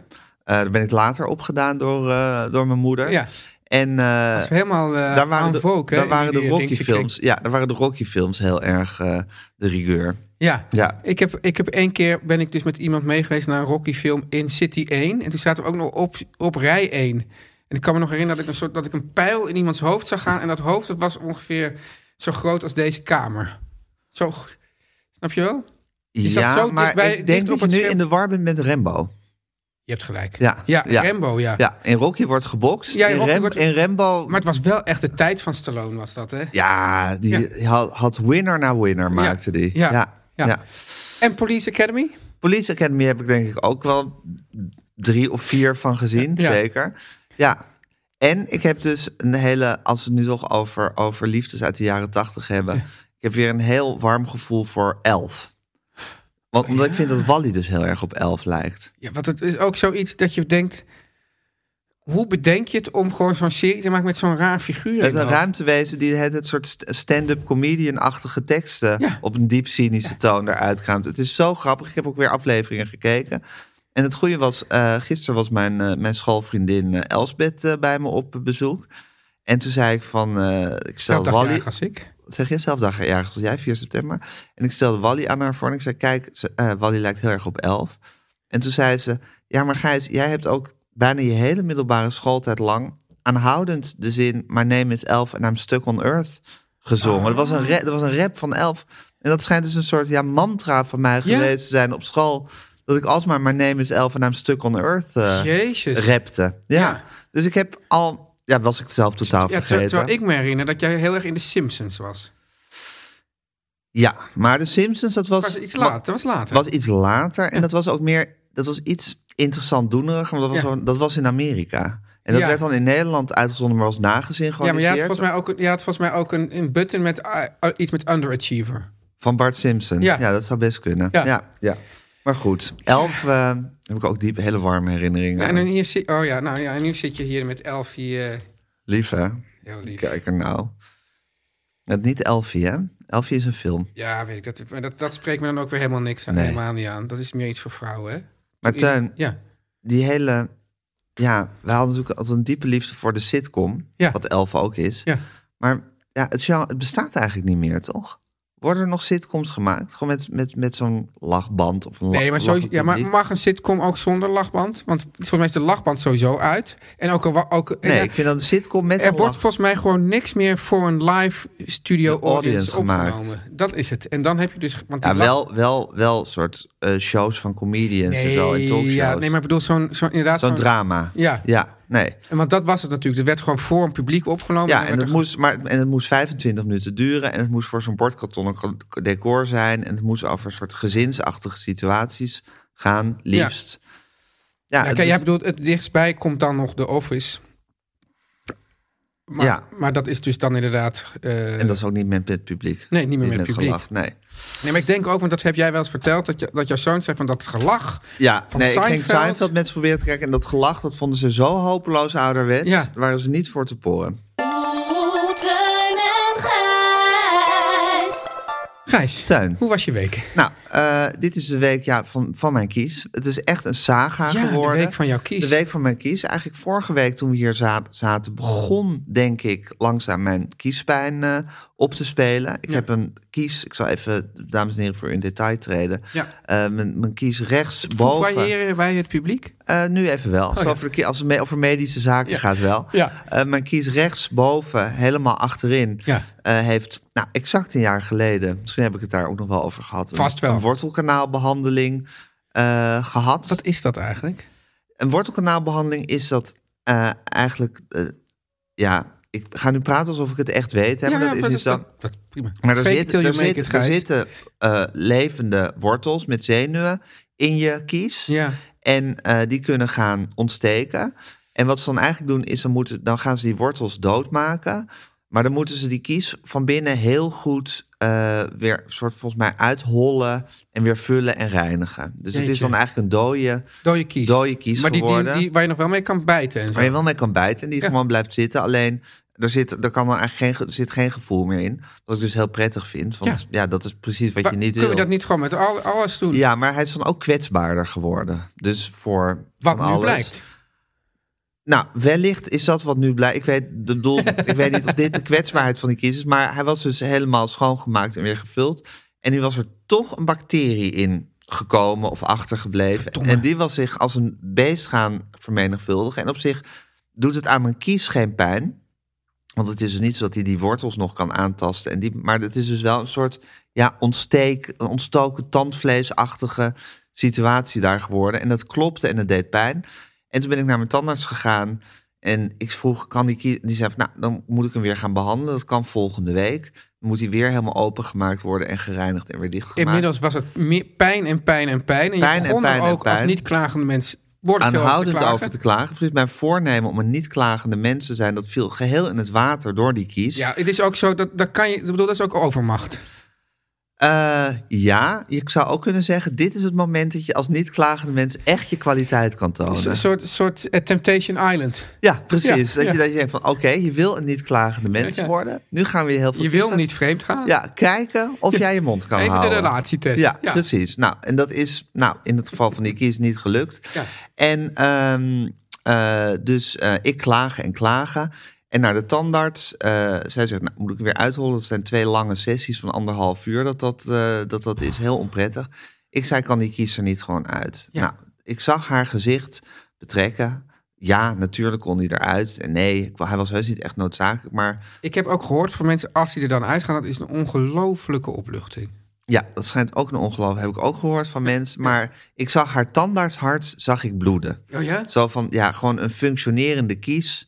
S2: Eh, daar ben ik later opgedaan door, eh, door mijn moeder.
S3: Ja.
S2: En eh,
S3: Dat is helemaal eh
S2: daar waren
S3: aan
S2: de,
S3: vogue, hè,
S2: daar
S3: in
S2: waren de
S3: die, eh,
S2: Rocky
S3: linkse kring.
S2: films. Ja, daar waren de Rocky films heel erg eh, de rigueur.
S3: Ja.
S2: Ja.
S3: Ik heb, ik heb één keer ben ik dus met iemand meegeweest naar een Rocky film in City 1. En toen zaten we ook nog op, op rij 1. En ik kan me nog herinneren dat ik een soort dat ik een pijl in iemands hoofd zag gaan. En dat hoofd dat was ongeveer zo groot als deze kamer. Zo. g- Snap je wel? Je zat
S2: ja,
S3: zo
S2: maar
S3: dichtbij-
S2: ik denk
S3: dicht
S2: dat
S3: op
S2: je nu
S3: het scherm.
S2: in de war bent met Rambo.
S3: Je hebt gelijk.
S2: Ja.
S3: ja,
S2: Ja.
S3: Rambo, ja.
S2: Ja, in Rocky wordt gebokst.
S3: Ja, in
S2: in,
S3: Rocky
S2: Ram-
S3: wordt-
S2: in Rambo...
S3: Maar het was wel echt de tijd van Stallone, was dat, hè?
S2: Ja, die Had, had winner na winner maakte die.
S3: Ja.
S2: Ja.
S3: Ja.
S2: Ja.
S3: En Police Academy?
S2: Police Academy heb ik denk ik ook wel drie of vier van gezien,
S3: Ja.
S2: zeker. Ja. En ik heb dus een hele, als we het nu toch over, over liefdes uit de jaren tachtig hebben. Ik heb weer een heel warm gevoel voor elf. Want omdat ik vind dat Wally dus heel erg op elf lijkt.
S3: Ja, want het is ook zoiets dat je denkt... Hoe bedenk je het om gewoon zo'n serie te maken met zo'n raar figuur?
S2: Met
S3: in
S2: een
S3: de hoofd?
S2: ruimtewezen die het, het soort st- stand-up comedian-achtige teksten
S3: Ja.
S2: op een diep cynische toon eruit kraamt. Het is zo grappig. Ik heb ook weer afleveringen gekeken. En het goede was, eh, gisteren was mijn, eh, mijn schoolvriendin eh, Elsbeth eh, bij me op bezoek. En toen zei ik van, eh, ik stel
S3: Zelfde
S2: Wally,
S3: jaar als ik.
S2: wat zeg je zelf dagjarig als jij, 4 september. En ik stelde Wally aan haar voor en ik zei, kijk, ze- eh, Wally lijkt heel erg op 11. En toen zei ze, ja maar Gijs, jij hebt ook bijna je hele middelbare schooltijd lang aanhoudend de zin, my name is 11 en I'm stuck on earth gezongen. Dat, was
S3: Ah.
S2: een ra- dat was een rap van 11. En dat schijnt dus een soort ja, mantra van mij
S3: Ja.
S2: geweest te zijn op school. Dat ik alsmaar my name is 11 en I'm stuck on earth eh,
S3: Jezus.
S2: rapte. Ja.
S3: Ja.
S2: dus ik heb al, ja was ik het zelf totaal
S3: Ja, ter-
S2: vergeten.
S3: terwijl ik me herinner dat jij heel erg in de Simpsons was.
S2: Ja, maar de Simpsons, dat was,
S3: Was iets later. Dat was later.
S2: was iets later. En dat was ook meer, dat was iets interessant doeneriger. Want dat was,
S3: Ja.
S2: gewoon- dat was in Amerika. En dat
S3: Ja.
S2: werd dan in Nederland uitgezonden, maar was nagezien
S3: ja, maar jij had
S2: georganiseerd
S3: volgens mij ook, een- jij had volgens mij ook een, een button met ah, ah, iets met underachiever.
S2: van Bart Simpson.
S3: Ja.
S2: Ja. dat zou best kunnen.
S3: Ja.
S2: Ja. Ja. Maar goed, elf eh, heb ik ook diep hele warme herinneringen.
S3: En dan
S2: aan.
S3: hier zit, oh ja, nou ja, en nu zit je hier met Elfie. eh,
S2: Lief hè?
S3: heel lief.
S2: Kijk er nou. Het niet Elfie hè? Elfie is een film.
S3: Ja, weet ik. Dat, maar dat, dat spreekt me dan ook weer helemaal niks aan.
S2: Nee.
S3: Helemaal niet aan. Dat is meer iets voor vrouwen, hè?
S2: Maar Tuin,
S3: Ja.
S2: die hele... Ja, we hadden natuurlijk altijd een diepe liefde voor de sitcom.
S3: Ja.
S2: Wat elf ook is.
S3: Ja.
S2: Maar ja, het, genre- het bestaat eigenlijk niet meer, toch? Worden er nog sitcoms gemaakt? Gewoon met, met, met zo'n lachband of een la-
S3: Nee, maar, sowieso,
S2: lachend
S3: ja, maar
S2: publiek?
S3: mag een sitcom ook zonder lachband? Want volgens mij is de lachband sowieso uit. En ook, al wa- ook en
S2: Nee,
S3: ja,
S2: ik vind dat een sitcom met
S3: Er
S2: een
S3: wordt
S2: lach-
S3: volgens mij gewoon niks meer voor een live studio
S2: De
S3: audience,
S2: audience
S3: opgenomen.
S2: gemaakt.
S3: Dat is het. En dan heb je dus... Want die
S2: Ja,
S3: lach-
S2: wel, wel, wel soort eh, shows van comedians en zo in talkshows.
S3: Ja, nee, maar ik bedoel, zo'n zo'n inderdaad...
S2: Zo'n drama.
S3: Ja.
S2: ja nee.
S3: En Want dat was het natuurlijk. Er werd gewoon voor een publiek opgenomen.
S2: Ja, en
S3: dan werd
S2: het,
S3: er
S2: moest, maar, en het moest 25 minuten duren. En het moest voor zo'n bordkartonnen k- decor zijn. En het moest over een soort gezinsachtige situaties gaan, liefst. Ja,
S3: gewoon- Ja,
S2: het
S3: kijk, jij
S2: is-
S3: bedoelt, het dichtstbij komt dan nog de Office. Maar,
S2: Ja.
S3: maar dat is dus dan inderdaad... eh,
S2: en dat is ook niet met het publiek.
S3: Nee, niet meer met publiek.
S2: gelach, nee.
S3: Nee, maar ik denk ook, want dat heb jij wel eens verteld... dat, je, dat jouw zoon zei van dat gelach...
S2: Ja,
S3: Van
S2: nee, ik ging
S3: Seinfeld.
S2: Seinfeld met ze proberen te kijken. En dat gelach, dat vonden ze zo hopeloos ouderwets.
S3: Ja.
S2: Daar waren ze niet voor te poren.
S6: Oeh, Teun en Gijs.
S3: Gijs,
S2: Teun.
S3: hoe was je week?
S2: Nou, eh, dit is de week ja, van, van mijn kies. Het is echt een saga
S3: Ja, de
S2: geworden.
S3: week van jouw kies.
S2: De week van mijn kies. Eigenlijk vorige week toen we hier za- zaten... begon, denk ik, langzaam mijn kiespijn eh, op te spelen. Ik heb een kies... Ik zal even, dames en heren, voor u in detail treden.
S3: Ja.
S2: Eh, mijn, mijn kies
S3: Hoe
S2: rechtsboven...
S3: variëren wij het publiek?
S2: Eh, nu even wel. Zo
S3: Oh, ja.
S2: over de ki- als het me- over medische zaken
S3: Ja.
S2: gaat wel.
S3: Ja.
S2: Eh, mijn kies rechtsboven, helemaal achterin,
S3: Ja.
S2: eh, heeft nou, exact een jaar geleden, misschien heb ik het daar ook nog wel over gehad, een-
S3: Vast wel.
S2: een wortelkanaalbehandeling eh, gehad.
S3: Wat is dat eigenlijk?
S2: Een wortelkanaalbehandeling is dat eh, eigenlijk, eh, ja, ik ga nu praten alsof ik het echt weet, hè, maar dat is niet zo.
S3: dat, dat, prima.
S2: Maar er,
S3: Fake it
S2: zit,
S3: till you
S2: er,
S3: make
S2: zit-
S3: it,
S2: er
S3: Gijs.
S2: zitten eh, levende wortels met zenuwen in je kies.
S3: Ja.
S2: En eh, die kunnen gaan ontsteken. En wat ze dan eigenlijk doen, is dan, moeten, dan gaan ze die wortels doodmaken. Maar dan moeten ze die kies van binnen heel goed eh, weer soort volgens mij uithollen en weer vullen en reinigen. Dus het is
S3: Jeetje.
S2: dan eigenlijk een dode,
S3: Dode kies.
S2: dode kies
S3: maar die, die,
S2: geworden.
S3: die, waar je nog wel mee kan bijten en zo.
S2: Waar je wel mee kan bijten en die
S3: Ja.
S2: gewoon blijft zitten. Alleen er, zit, er, kan dan eigenlijk geen, ge- er zit geen gevoel meer in. Wat ik dus heel prettig vind. Want
S3: Ja.
S2: ja, dat is precies wat
S3: Maar
S2: je niet
S3: Kunnen
S2: wil.
S3: we dat niet gewoon met al, alles doen?
S2: Ja, maar hij is dan ook kwetsbaarder geworden. Dus voor
S3: wat nu
S2: van alles.
S3: blijkt.
S2: Nou, wellicht is dat wat nu blijkt. Ik weet, de doel, ik weet niet of dit de kwetsbaarheid van die kies is. Maar hij was dus helemaal schoongemaakt en weer gevuld. En nu was er toch een bacterie in gekomen of achtergebleven. En die was zich als een beest gaan vermenigvuldigen. En op zich doet het aan mijn kies geen pijn. Want het is dus niet zo dat hij die wortels nog kan aantasten. En die, maar het is dus wel een soort ja, ontsteek, een ontstoken tandvleesachtige situatie daar geworden. En dat klopte en het deed pijn. En toen ben ik naar mijn tandarts gegaan. En ik vroeg, kan die kie- Die zei, van, nou, dan moet ik hem weer gaan behandelen. Dat kan volgende week. Dan moet hij weer helemaal opengemaakt worden en gereinigd en weer dichtgemaakt.
S3: Inmiddels was het meer pijn en pijn en pijn. En
S2: Pijn en
S3: je begon er
S2: pijn en
S3: ook als
S2: pijn.
S3: niet-klagende mens... Worden veel over te
S2: aanhoudend
S3: klagen.
S2: over te klagen. Precies, mijn voornemen om een niet-klagende mens te zijn... dat viel geheel in het water door die kies.
S3: Ja, het is ook zo, dat, dat kan je, ik bedoel, dat is ook overmacht.
S2: Oh, Eh, ja, ik zou ook kunnen zeggen... dit is het moment dat je als niet-klagende mens... echt je kwaliteit kan tonen.
S3: Een soort, soort eh, Temptation Island.
S2: Ja, precies. dat,
S3: Ja, ja.
S2: Je, dat je denkt van, oké, je wil een niet-klagende mens worden. Nu gaan we je heel veel...
S3: Je wil
S2: kiezen.
S3: niet vreemd gaan.
S2: Ja, kijken of jij je mond kan
S3: Even de
S2: houden.
S3: relatietest.
S2: Ja,
S3: Ja.
S2: precies. Nou, en dat is nou, in het geval van die kies niet gelukt.
S3: Ja.
S2: En ehm, eh, dus eh, ik klagen en klagen. En naar de tandarts. eh, zij zegt, nou, moet ik weer uithollen? Dat zijn twee lange sessies van anderhalf uur. Dat dat, eh, dat, dat is heel onprettig. Ik zei, kan die kies er niet gewoon uit?
S3: Ja.
S2: Nou, ik zag haar gezicht betrekken. Ja, natuurlijk kon hij eruit. En nee, ik wou- hij was heus niet echt noodzakelijk. Maar
S3: Ik heb ook gehoord van mensen, als die er dan uitgaan, dat is een ongelofelijke opluchting.
S2: Ja, dat schijnt ook een ongeloof. Heb ik ook gehoord van mensen. Maar ik zag haar tandartshart, zag ik bloeden.
S3: Oh ja?
S2: Zo van, ja, gewoon een functionerende kies.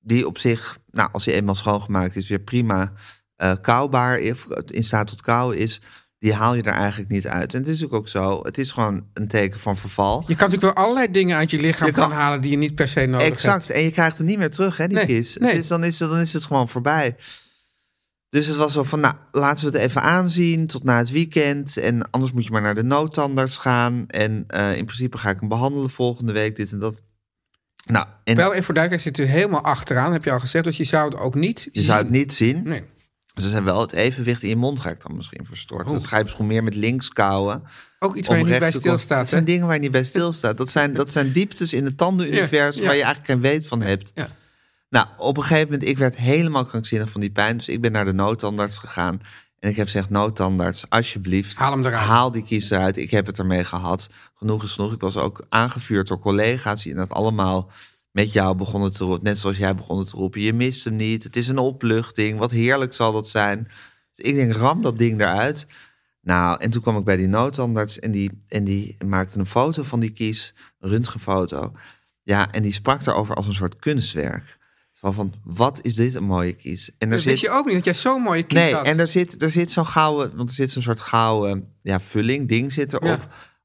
S2: Die op zich, nou, als hij eenmaal schoongemaakt is, weer prima eh kauwbaar. Of in staat tot kauwen is. Die haal je er eigenlijk niet uit. En het is natuurlijk ook zo. Het is gewoon een teken van verval.
S3: Je kan natuurlijk wel allerlei dingen uit je lichaam
S2: Je
S3: gaan
S2: kan-
S3: halen die je niet per se nodig
S2: Exact.
S3: hebt.
S2: En je krijgt het niet meer terug, hè, die
S3: Nee,
S2: kies.
S3: nee.
S2: Dus dan is, het, dan is het gewoon voorbij. Dus het was zo van, nou, laten we het even aanzien tot na het weekend. En anders moet je maar naar de noodtandarts gaan. En eh, in principe ga ik hem behandelen volgende week, dit en dat. Nou, en
S3: Wel even voor duidelijkheid, zit er helemaal achteraan, heb je al gezegd. Dus je zou het ook niet
S2: je zou het
S3: zien.
S2: niet zien.
S3: Nee.
S2: Dus er zijn wel het evenwicht in je mond raakt dan misschien verstoord.
S3: Oh.
S2: Dat ga je misschien meer met links kouwen.
S3: Ook iets waar je
S2: om
S3: niet bij
S2: rechts te komen.
S3: stilstaat.
S2: Dat
S3: hè?
S2: zijn dingen waar je niet bij stilstaat. Dat zijn, dat zijn dieptes in het tandenuniversum
S3: Ja, ja.
S2: waar je eigenlijk geen weet van hebt.
S3: Ja.
S2: Nou, op een gegeven moment, ik werd helemaal krankzinnig van die pijn. Dus ik ben naar de noodtandarts gegaan. En ik heb gezegd, noodtandarts, alsjeblieft.
S3: Haal hem eruit.
S2: Haal die kies eruit. Ik heb het ermee gehad. Genoeg is genoeg. Ik was ook aangevuurd door collega's die dat allemaal met jou begonnen te roepen. Net zoals jij begonnen te roepen. Je mist hem niet. Het is een opluchting. Wat heerlijk zal dat zijn. Dus ik denk, ram dat ding eruit. Nou, en toen kwam ik bij die noodarts en die, en die maakte een foto van die kies, een röntgenfoto. Ja, en die sprak daarover als een soort kunstwerk. Zo van, wat is dit een mooie kies? En er
S3: Dat
S2: zit,
S3: weet je ook niet, dat jij zo'n mooie kies
S2: nee,
S3: had.
S2: en er zit, er zit zo'n gouden, want er zit zo'n soort gouden ja, vulling, ding zit erop.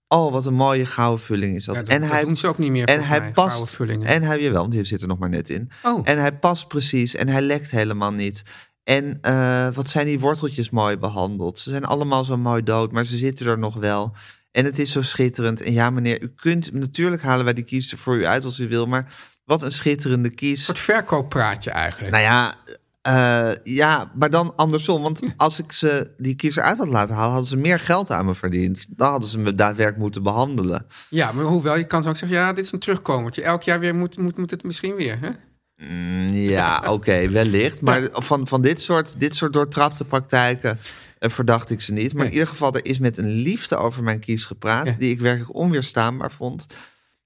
S3: Ja.
S2: Oh, wat een mooie gouden vulling is dat.
S3: Ja, dat-
S2: en
S3: dat
S2: hij,
S3: doen ze ook niet meer,
S2: En
S3: volgens
S2: hij
S3: mij, gouden
S2: past.
S3: vullingen.
S2: En hij, jawel, want die zit er nog maar net in.
S3: Oh.
S2: En hij past precies en hij lekt helemaal niet. En eh, wat zijn die worteltjes mooi behandeld? Ze zijn allemaal zo mooi dood, maar ze zitten er nog wel. En het is zo schitterend. En ja, meneer, u kunt natuurlijk halen wij die kies er voor u uit als u wil, maar wat een schitterende kies.
S3: Een soort verkooppraatje eigenlijk.
S2: Nou ja, eh, ja, maar dan andersom. Want
S3: Hm.
S2: als ik ze die kiezer uit had laten halen, hadden ze meer geld aan me verdiend. Dan hadden ze me daadwerkelijk moeten behandelen.
S3: Ja, maar hoewel, je kan zo ook zeggen, ja, dit is een terugkomertje. Elk jaar weer moet, moet, moet het misschien weer, hè?
S2: Mm, ja, oké, wellicht. Maar van, van dit, soort, dit soort doortrapte praktijken eh, verdacht ik ze niet. Maar
S3: Nee.
S2: in ieder geval, er is met een liefde over mijn kies gepraat,
S3: Ja.
S2: die ik werkelijk onweerstaanbaar vond.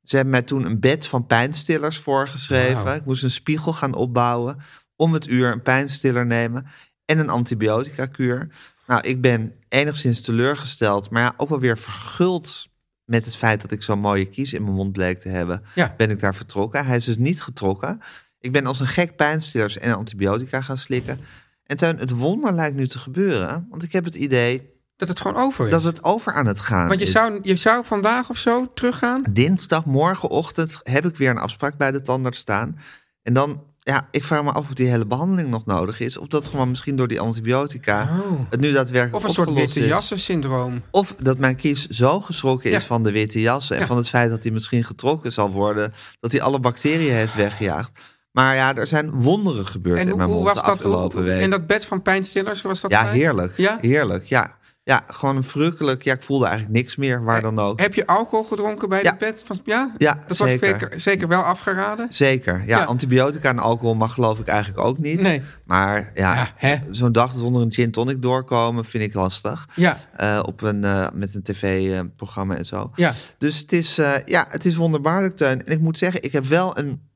S2: Ze hebben mij toen een bed van pijnstillers voorgeschreven.
S3: Wauw.
S2: Ik moest een spiegel gaan opbouwen. Om het uur een pijnstiller nemen. En een antibiotica-kuur. Nou, ik ben enigszins teleurgesteld. Maar ja, ook wel weer verguld met het feit dat ik zo'n mooie kies in mijn mond bleek te hebben.
S3: Ja.
S2: Ben ik daar vertrokken. Hij is dus niet getrokken. Ik ben als een gek pijnstillers en antibiotica gaan slikken. En tuin, het wonder lijkt nu te gebeuren. Want ik heb het idee
S3: dat het gewoon over is.
S2: Dat het over aan het gaan
S3: Want je
S2: is.
S3: zou, je zou vandaag of zo teruggaan.
S2: Dinsdag, morgenochtend heb ik weer een afspraak bij de tandarts staan. En dan, ja, ik vraag me af of die hele behandeling nog nodig is. Of dat gewoon misschien door die antibiotica het nu daadwerkelijk
S3: Oh. Of een soort
S2: opgelost
S3: witte
S2: is.
S3: jassen syndroom.
S2: Of dat mijn kies zo geschrokken is
S3: Ja.
S2: van de witte jassen... en van het feit dat hij misschien getrokken zal worden... dat hij alle bacteriën heeft weggejaagd. Maar ja, er zijn wonderen gebeurd
S3: En
S2: in
S3: hoe,
S2: mijn
S3: hoe
S2: mond
S3: was
S2: de
S3: dat?
S2: afgelopen
S3: Hoe,
S2: week.
S3: en dat bed van pijnstillers, was dat
S2: ja,
S3: fijn?
S2: heerlijk.
S3: Ja?
S2: Heerlijk, ja. Ja, gewoon een verrukkelijk... Ja, ik voelde eigenlijk niks meer,
S3: Eh,
S2: waar dan ook.
S3: Heb je alcohol gedronken bij
S2: Ja.
S3: dat bed? Van, ja?
S2: Ja,
S3: dat wordt
S2: zeker.
S3: zeker, zeker wel afgeraden.
S2: Zeker, ja,
S3: Ja.
S2: Antibiotica en alcohol mag geloof ik eigenlijk ook niet.
S3: Nee.
S2: Maar ja,
S3: Ja, hè?
S2: zo'n dag zonder een gin tonic doorkomen vind ik lastig.
S3: Ja.
S2: Eh, op een, eh, met een tv-programma en zo.
S3: Ja.
S2: Dus het is, eh, ja, het is wonderbaarlijk, Teun. En ik moet zeggen, ik heb wel een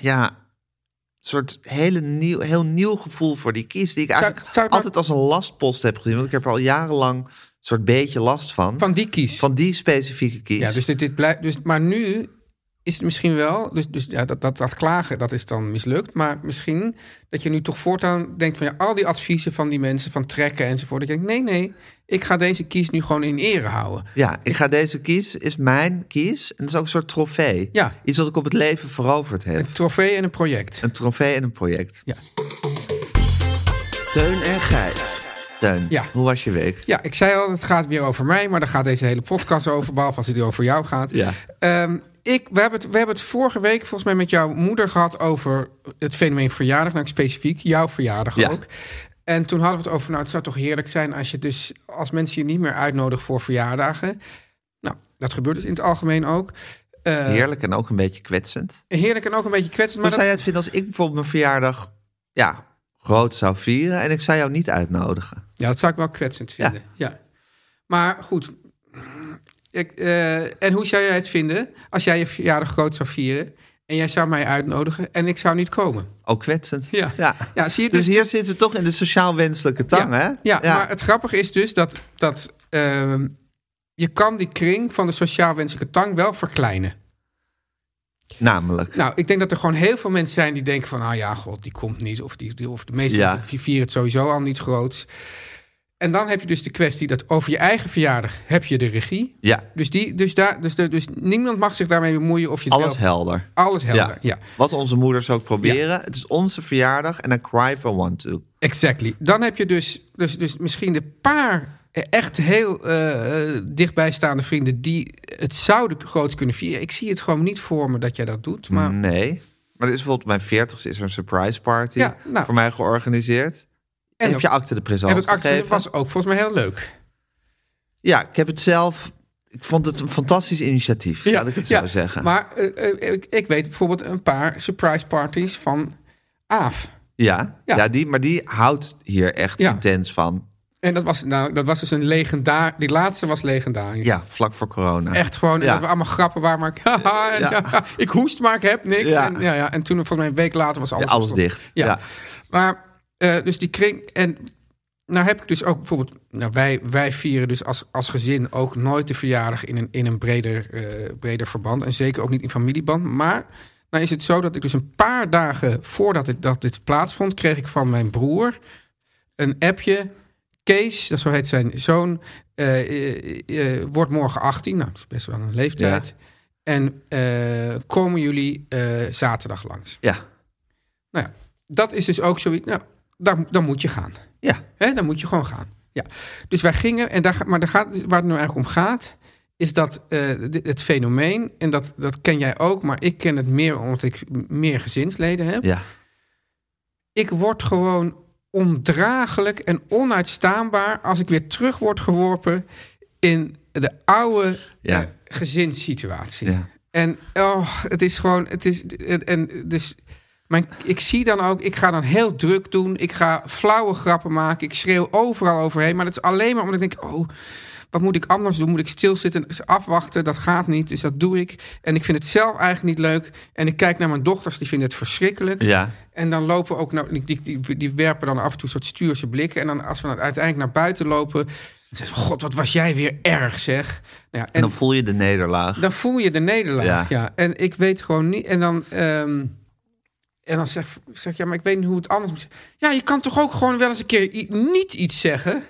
S2: ja, soort hele nieuw, heel nieuw gevoel voor die kies... die ik
S3: Zou-
S2: eigenlijk
S3: zou het nou-
S2: altijd als een lastpost heb gezien. Want ik heb er al jarenlang een soort beetje last van.
S3: Van die kies.
S2: Van die specifieke kies.
S3: ja, dus dit, dit blijft, dus, maar nu is het misschien wel... Dus, dus ja, dat, dat, dat klagen, dat is dan mislukt. Maar misschien dat je nu toch voortaan denkt van... Ja, al die adviezen van die mensen, van trekken enzovoort. Dat je denkt, nee, nee, ik ga deze kies nu gewoon in ere houden.
S2: Ja, ik ga deze kies, is mijn kies. En dat is ook een soort trofee.
S3: Ja.
S2: Iets wat ik op het leven veroverd heb.
S3: Een trofee en een project.
S2: Een trofee en een project.
S3: Ja.
S2: Teun en Gijs. Teun,
S3: Ja.
S2: hoe was je week?
S3: Ja, ik zei al, het gaat weer over mij, maar daar gaat deze hele podcast over, behalve als het hier over jou gaat.
S2: Ja.
S3: Ehm, ik, we, hebben het, we hebben het vorige week volgens mij met jouw moeder gehad over het fenomeen verjaardag, nou specifiek jouw verjaardag
S2: Ja.
S3: ook. En toen hadden we het over, nou het zou toch heerlijk zijn als je dus als mensen je niet meer uitnodigt voor verjaardagen. Nou, dat gebeurt dus in het algemeen ook. Eh,
S2: Heerlijk en ook een beetje kwetsend.
S3: heerlijk en ook een beetje
S2: Hoe
S3: kwetsend. Maar
S2: zou jij
S3: dat,
S2: het vinden als ik bijvoorbeeld mijn verjaardag ja, groot zou vieren... en ik zou jou niet uitnodigen?
S3: ja, dat zou ik wel kwetsend
S2: Ja.
S3: vinden. Ja. Maar goed. Ik, eh, en hoe zou jij het vinden als jij je verjaardag groot zou vieren en jij zou mij uitnodigen en ik zou niet komen?
S2: Ook kwetsend.
S3: Ja.
S2: ja.
S3: Ja, zie je,
S2: dus,
S3: dus-
S2: hier zitten ze toch in de sociaal wenselijke tang,
S3: ja,
S2: hè?
S3: Ja, maar het grappige is dus dat, dat ehm, je kan die kring van de sociaal wenselijke tang wel verkleinen.
S2: Namelijk.
S3: Nou, ik denk dat er gewoon heel veel mensen zijn die denken van... nou ja, god, die komt niet. Of, die, die- of de meeste
S2: Ja.
S3: mensen die vieren het sowieso al niet groots. En dan heb je dus de kwestie dat over je eigen verjaardag heb je de regie.
S2: Ja,
S3: Dus, die, dus, daar, dus, de- dus niemand mag zich daarmee bemoeien of je het
S2: alles
S3: wel...
S2: helder.
S3: Alles helder, ja.
S2: Wat onze moeders ook proberen. Het is onze verjaardag en I cry for one too.
S3: Exactly. Dan heb je dus, dus, dus misschien de paar echt heel eh, eh, dichtbijstaande vrienden die het zouden groots kunnen vieren. Ik zie het gewoon niet voor me dat jij dat doet. Maar
S2: Nee. Maar er is bijvoorbeeld mijn 40 is er een surprise party
S3: Ja, nou.
S2: voor mij georganiseerd. En heb
S3: ook-
S2: je acte de présence
S3: heb ik acte-
S2: gegeven?
S3: was ook volgens mij heel leuk.
S2: Ja, ik heb het zelf... Ik vond het een fantastisch initiatief, laat ik het zo
S3: ja.
S2: zeggen.
S3: Maar eh, eh, ik, ik weet bijvoorbeeld een paar surprise parties van Aaf.
S2: ja, ja.
S3: Ja.
S2: die, maar die houdt hier echt
S3: Ja.
S2: intens van.
S3: En dat was, nou, dat was dus een legendaar. Die laatste was legendarisch.
S2: Ja, vlak voor corona.
S3: Echt gewoon, en
S2: Ja.
S3: dat we allemaal grappen waren, maar ik, haha, en
S2: Ja.
S3: ja, ik hoest, maar ik heb niks.
S2: Ja.
S3: En, ja, ja, en toen, volgens mij een week later, was alles,
S2: Ja, alles
S3: opgestopt.
S2: dicht. Ja.
S3: Maar, eh, dus die kring, en nou heb ik dus ook bijvoorbeeld, nou, wij, wij vieren dus als, als gezin ook nooit de verjaardag in een, in een breder, eh, breder verband. En zeker ook niet in familieband. Maar nou is het zo dat ik dus een paar dagen voordat dit, dat dit plaatsvond, kreeg ik van mijn broer een appje. Kees, dat zo heet zijn zoon, eh, eh, eh, wordt morgen 18. Nou, dat is best wel een leeftijd. En eh, komen jullie eh, zaterdag langs?
S2: Ja,
S3: Nou ja, dat is dus ook zoiets. Nou, daar, dan moet je gaan.
S2: ja.
S3: Hè, dan moet je gewoon gaan. Ja. Dus wij gingen, en daar, ga- maar daar gaat, waar het nu eigenlijk om gaat, is dat eh, di- het fenomeen, en dat, dat ken jij ook, maar ik ken het meer omdat ik m- meer gezinsleden heb.
S2: ja.
S3: Ik word gewoon ondraaglijk en onuitstaanbaar als ik weer terug word geworpen in de oude
S2: Ja.
S3: eh, gezinssituatie.
S2: Ja.
S3: En oh, het is gewoon, het is, en, en dus, mijn, ik zie dan ook, ik ga dan heel druk doen. Ik ga flauwe grappen maken. Ik schreeuw overal overheen. Maar dat is alleen maar omdat ik denk, oh, wat moet ik anders doen? Moet ik stilzitten, dus afwachten? Dat gaat niet, dus dat doe ik. En ik vind het zelf eigenlijk niet leuk. En ik kijk naar mijn dochters, die vinden het verschrikkelijk.
S2: Ja.
S3: En dan lopen we ook, naar, die, die- die, die werpen dan af en toe een soort stuurse blikken. En dan als we dan uiteindelijk naar buiten lopen, dan zeggen ze, god, wat was jij weer erg, zeg. Nou ja,
S2: En dan voel je de nederlaag.
S3: dan voel je de nederlaag,
S2: Ja.
S3: ja. En ik weet gewoon niet. En dan, ehm, en dan zeg, zeg ik, ja, maar ik weet niet hoe het anders moet. Ja, je kan toch ook gewoon wel eens een keer i- niet iets zeggen?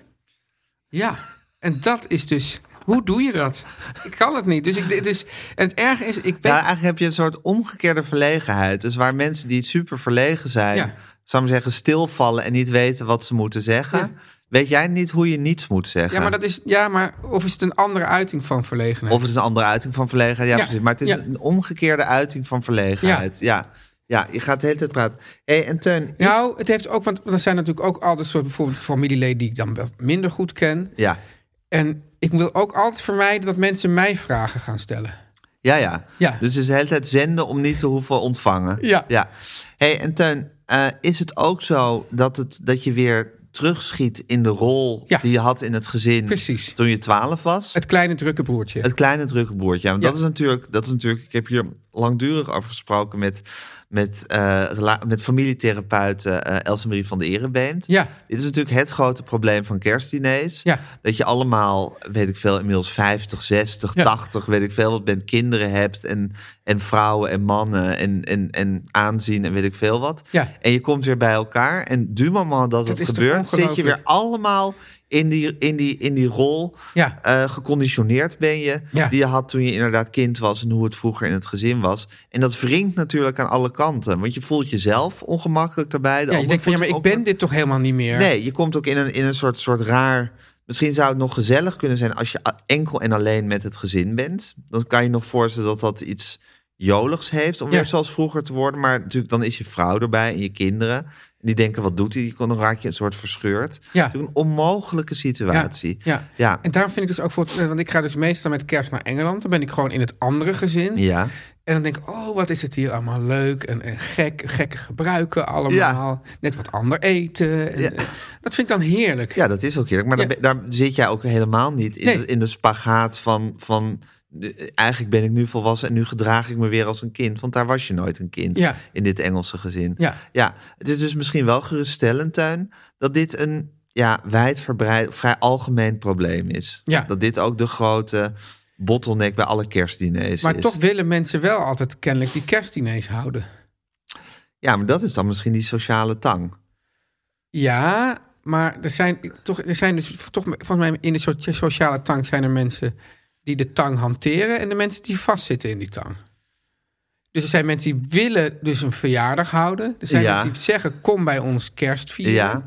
S3: Ja. En dat is dus... Hoe doe je dat? Ik kan het niet. Dus ik, dus, en het erge is, ik
S2: Ja,
S3: ben
S2: eigenlijk heb je een soort omgekeerde verlegenheid. Dus waar mensen die super verlegen zijn,
S3: Ja.
S2: zou ik maar zeggen, stilvallen en niet weten wat ze moeten zeggen. Weet jij niet hoe je niets moet zeggen?
S3: Ja, maar dat is. Ja, maar of is het een andere uiting van verlegenheid?
S2: Of het is een andere uiting van verlegenheid. Ja,
S3: Ja,
S2: precies. Maar het is
S3: ja.
S2: een omgekeerde uiting van verlegenheid. Ja. ja. je gaat de hele tijd praten. hey, en Teun. is-
S3: nou, het heeft ook. Want er zijn natuurlijk ook altijd soort bijvoorbeeld familieleden die ik dan wel minder goed ken.
S2: Ja.
S3: En ik wil ook altijd vermijden dat mensen mij vragen gaan stellen.
S2: Ja, ja,
S3: Ja.
S2: Dus het is de hele tijd zenden om niet te hoeven ontvangen.
S3: Ja.
S2: ja. hey, en Teun, eh, is het ook zo dat, het, dat je weer terugschiet in de rol
S3: Ja.
S2: die je had in het gezin
S3: Precies.
S2: toen je 12 was?
S3: Het kleine drukke broertje.
S2: Het kleine drukke broertje. Ja, want
S3: Ja.
S2: Dat, is natuurlijk, dat is natuurlijk. Ik heb hier langdurig over gesproken met, met, eh, rela- met familietherapeut eh Else Marie van de Erebeemt.
S3: Ja.
S2: Dit is natuurlijk het grote probleem van kerstdiners.
S3: Ja.
S2: Dat je allemaal, weet ik veel, inmiddels 50, 60,
S3: Ja.
S2: 80, weet ik veel wat bent, kinderen hebt en, en vrouwen en mannen en, en, en aanzien en weet ik veel wat.
S3: Ja.
S2: En je komt weer bij elkaar en du moment dat
S3: Dat
S2: het
S3: is toch
S2: gebeurt, zit je
S3: ongelooflijk?
S2: weer allemaal in die, in die, in die rol
S3: Ja.
S2: eh, geconditioneerd ben je.
S3: Ja.
S2: Die je had toen je inderdaad kind was en hoe het vroeger in het gezin was. En dat wringt natuurlijk aan alle kanten. Want je voelt jezelf ongemakkelijk daarbij. De
S3: ja, je
S2: ander
S3: denkt van ja,
S2: voelt
S3: maar
S2: zich
S3: ik
S2: oh,
S3: ben
S2: ook-
S3: dit toch helemaal niet meer.
S2: Nee, je komt ook in een, in een soort, soort raar... Misschien zou het nog gezellig kunnen zijn als je a- enkel en alleen met het gezin bent. Dan kan je nog voorstellen dat dat iets joligs heeft om
S3: Ja.
S2: weer zoals vroeger te worden. Maar natuurlijk dan is je vrouw erbij en je kinderen. En die denken, wat doet hij? Die- Dan raak je een soort verscheurd.
S3: Ja.
S2: Het is Een onmogelijke
S3: Ja,
S2: situatie.
S3: ja.
S2: Ja.
S3: En daarom vind ik dus ook voor. Want ik ga dus meestal met kerst naar Engeland. Dan ben ik gewoon in het andere gezin.
S2: ja.
S3: En dan denk ik, oh, wat is het hier allemaal leuk en, en gek, gekke gebruiken allemaal. Net wat ander eten. En,
S2: Ja.
S3: eh, dat vind ik dan heerlijk.
S2: Ja, dat is ook heerlijk. Maar daar
S3: Ja.
S2: ben- daar, zit jij ook helemaal niet in,
S3: Nee.
S2: de, in de spagaat van, van... de- Eigenlijk ben ik nu volwassen en nu gedraag ik me weer als een kind. Want daar was je nooit een kind
S3: Ja.
S2: in dit Engelse gezin.
S3: Ja.
S2: het is dus misschien wel geruststellend, Tuin... dat dit een ja, wijdverbreid, vrij algemeen probleem is.
S3: Ja.
S2: Dat dit ook de grote bottleneck bij alle kerstdiners
S3: maar
S2: is.
S3: toch willen mensen wel altijd kennelijk die kerstdiners houden.
S2: Ja, maar dat is dan misschien die sociale tang.
S3: Ja, maar er zijn, toch, er zijn dus toch, volgens mij in de so- sociale tang zijn er mensen die de tang hanteren en de mensen die vastzitten in die tang. Dus er zijn mensen die willen dus een verjaardag houden. Er zijn
S2: Ja.
S3: mensen die zeggen, kom bij ons kerst vieren.
S2: Ja.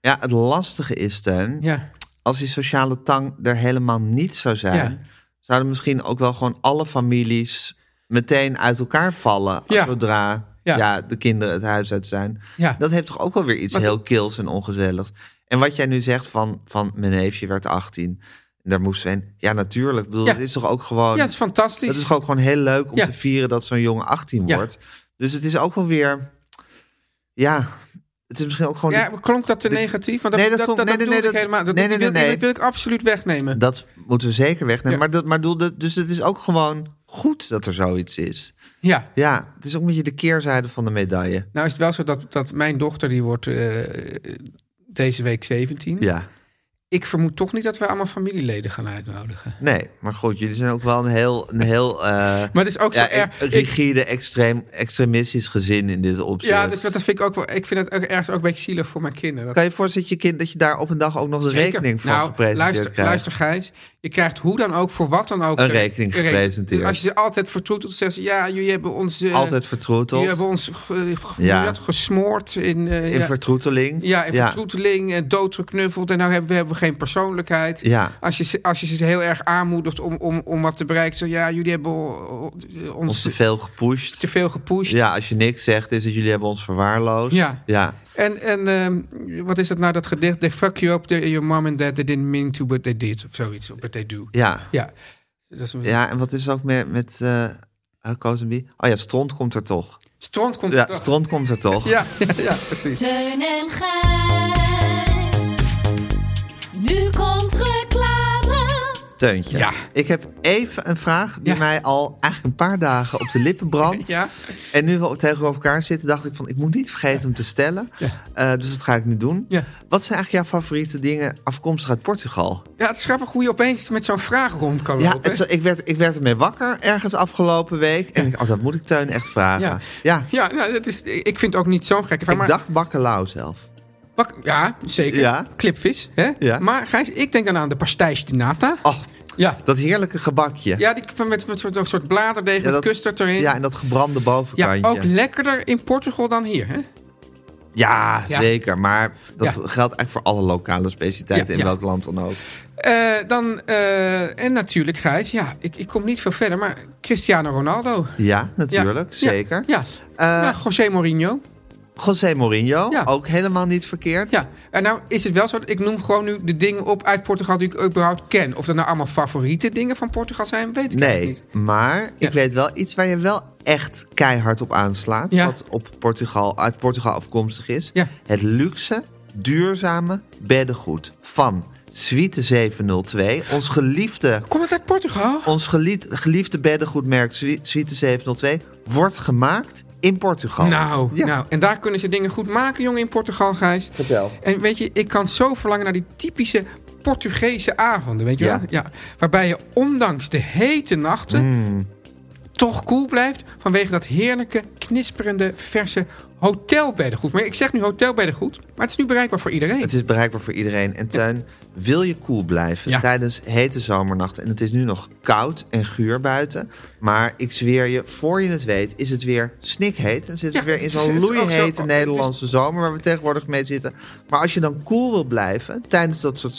S2: Ja, het lastige is, Teun,
S3: ja.
S2: als die sociale tang er helemaal niet zou zijn,
S3: Ja.
S2: zouden misschien ook wel gewoon alle families meteen uit elkaar vallen
S3: Ja.
S2: zodra ja.
S3: Ja.
S2: de kinderen het huis uit zijn.
S3: Ja.
S2: Dat heeft toch ook wel weer iets
S3: Maar
S2: heel kils en ongezelligs. En wat jij nu zegt van, van mijn neefje werd 18 en daar moest we heen. Ja, natuurlijk. Ik bedoel,
S3: Ja.
S2: dat is toch ook gewoon.
S3: ja, dat is fantastisch.
S2: Dat is gewoon, gewoon heel leuk om
S3: Ja.
S2: te vieren dat zo'n jongen 18
S3: Ja.
S2: wordt. Dus het is ook wel weer. Ja, het is misschien ook gewoon.
S3: Ja, klonk dat te negatief? Want dat,
S2: Nee, dat
S3: dat, dat,
S2: klonk- nee, nee,
S3: bedoelde
S2: nee,
S3: ik
S2: dat-
S3: helemaal. Dat,
S2: nee,
S3: die
S2: nee,
S3: wil,
S2: nee,
S3: dat wil ik absoluut wegnemen.
S2: Dat moeten we zeker wegnemen.
S3: Ja.
S2: Maar, dat, maar doel, dat- dus het is ook gewoon goed dat er zoiets is.
S3: ja.
S2: Ja, het is ook een beetje de keerzijde van de medaille.
S3: Nou is het wel zo dat, dat mijn dochter, die wordt eh, deze week 17.
S2: Ja.
S3: Ik vermoed toch niet dat we allemaal familieleden gaan uitnodigen.
S2: Nee, maar goed, jullie zijn ook wel een heel, een heel eh,
S3: Maar het is ook
S2: ja,
S3: zo erg.
S2: een
S3: ik-
S2: rigide, extreem, extremistisch gezin in dit opzicht.
S3: ja, dus dat dat vind ik ook wel. Ik vind het ook ergens ook een beetje zielig voor mijn kinderen. Dat
S2: Kan je je voorstellen dat je, kind, dat je daar op een dag ook nog de
S3: Zeker.
S2: rekening van
S3: nou,
S2: gepresenteerd
S3: luister,
S2: krijgt?
S3: Luister, Gijs. Je krijgt hoe dan ook, voor wat dan ook...
S2: Een
S3: eh,
S2: rekening gepresenteerd.
S3: Dus als je ze altijd vertroetelt, zeggen ze... Ja, jullie hebben ons... eh,
S2: Altijd vertroeteld.
S3: Jullie hebben ons eh, hoe
S2: Ja.
S3: je dat, gesmoord in... eh,
S2: in
S3: ja.
S2: vertroeteling.
S3: Ja, en vertroeteling en doodgeknuffeld. En nou hebben we, hebben we geen persoonlijkheid.
S2: Ja.
S3: Als, je, ze- als je ze heel erg aanmoedigt om, om, om wat te bereiken. Zo, ja, jullie hebben o- o-
S2: Ons
S3: ons
S2: te veel gepusht.
S3: te veel gepusht.
S2: Ja, als je niks zegt, is dat jullie hebben ons verwaarloosd.
S3: Ja.
S2: ja.
S3: En, en ehm, wat is dat nou, dat gedicht? They fuck you up, they- your mom and dad. They didn't mean to, but they did. Of zoiets, but they do.
S2: ja.
S3: Ja. Dat is een-
S2: Ja, en wat is er ook met, met eh eh, Kozembi? Oh ja, Stront komt er toch.
S3: Stront komt
S2: Ja,
S3: toch?
S2: Stront komt er toch.
S3: Ja, ja, ja, precies.
S6: Teun en Gijs. Nu komt reclame.
S2: Teuntje.
S3: Ja.
S2: Ik heb even een vraag die
S3: Ja.
S2: mij al eigenlijk een paar dagen op de lippen brandt.
S3: Ja.
S2: En nu we tegenover elkaar zitten, dacht ik van ik moet niet vergeten hem te stellen. Eh, dus dat ga ik nu doen.
S3: Ja.
S2: Wat zijn eigenlijk jouw favoriete dingen afkomstig uit Portugal?
S3: Ja, het is grappig hoe je opeens met zo'n vraag rond kan
S2: Ja,
S3: lopen. hè?
S2: het- ik, werd, ik werd ermee wakker ergens afgelopen week. En ik, oh, dat moet ik Teun echt vragen. Ja.
S3: Ja, nou, dat is, ik vind het ook niet zo'n gekke vraag.
S2: Ik
S3: maar-
S2: dacht bakkelauw zelf.
S3: Bak- ja, zeker.
S2: Ja.
S3: Clipvis. Hè?
S2: Ja.
S3: Maar Gijs, ik denk dan aan de pastijs di nata.
S2: Ach,
S3: Ja.
S2: dat heerlijke gebakje.
S3: Ja, die, van- met, met, met een soort bladerdeeg
S2: Ja,
S3: met
S2: dat-
S3: custard erin.
S2: Ja, en dat gebrande
S3: Ja,
S2: bovenkantje.
S3: ook lekkerder in Portugal dan hier. Hè?
S2: Ja,
S3: Ja.
S2: zeker. Maar dat
S3: Ja.
S2: geldt eigenlijk voor alle lokale specialiteiten
S3: Ja,
S2: in
S3: ja.
S2: welk land dan ook.
S3: Eh, dan, eh, en natuurlijk Gijs, ja, ik, ik kom niet veel verder, maar Cristiano Ronaldo.
S2: Ja, natuurlijk.
S3: Ja,
S2: Zeker.
S3: Ja,
S2: Eh,
S3: Ja, José Mourinho.
S2: José Mourinho,
S3: Ja.
S2: ook helemaal niet verkeerd.
S3: Ja, en nou is het wel zo, dat ik noem gewoon nu de dingen op uit Portugal die ik überhaupt ken. Of dat nou allemaal favoriete dingen van Portugal zijn, weet ik eigenlijk
S2: Nee,
S3: niet.
S2: maar
S3: Ja.
S2: ik weet wel iets waar je wel echt keihard op aanslaat.
S3: Ja.
S2: Wat op Portugal, uit Portugal afkomstig is.
S3: Ja.
S2: Het luxe, duurzame beddengoed van Suite 702. Ons geliefde,
S3: Komt het uit Portugal?
S2: ons geliefde, geliefde beddengoedmerk Sui- Suite 702 wordt gemaakt in Portugal.
S3: Nou,
S2: Oh. Ja.
S3: nou, en daar kunnen ze dingen goed maken, jongen, in Portugal, Gijs.
S2: Vertel.
S3: En weet je, ik kan zo verlangen naar die typische Portugese avonden, weet je
S2: Ja.
S3: wel? Ja. Waarbij je ondanks de hete nachten
S2: Mm.
S3: toch koel blijft vanwege dat heerlijke, knisperende, verse hotelbeddengoed. Maar ik zeg nu hotelbeddengoed, maar het is nu bereikbaar voor iedereen.
S2: Het is bereikbaar voor iedereen. En Tuin, wil je koel blijven
S3: Ja.
S2: tijdens hete zomernachten? En het is nu nog koud en guur buiten. Maar ik zweer je, voor je het weet, is het weer snikheet. En zit
S3: Ja,
S2: het weer in
S3: het
S2: zo'n
S3: is ook zo-
S2: loeihete
S3: het is-
S2: Nederlandse zomer waar we tegenwoordig mee zitten. Maar als je dan koel wil blijven tijdens dat soort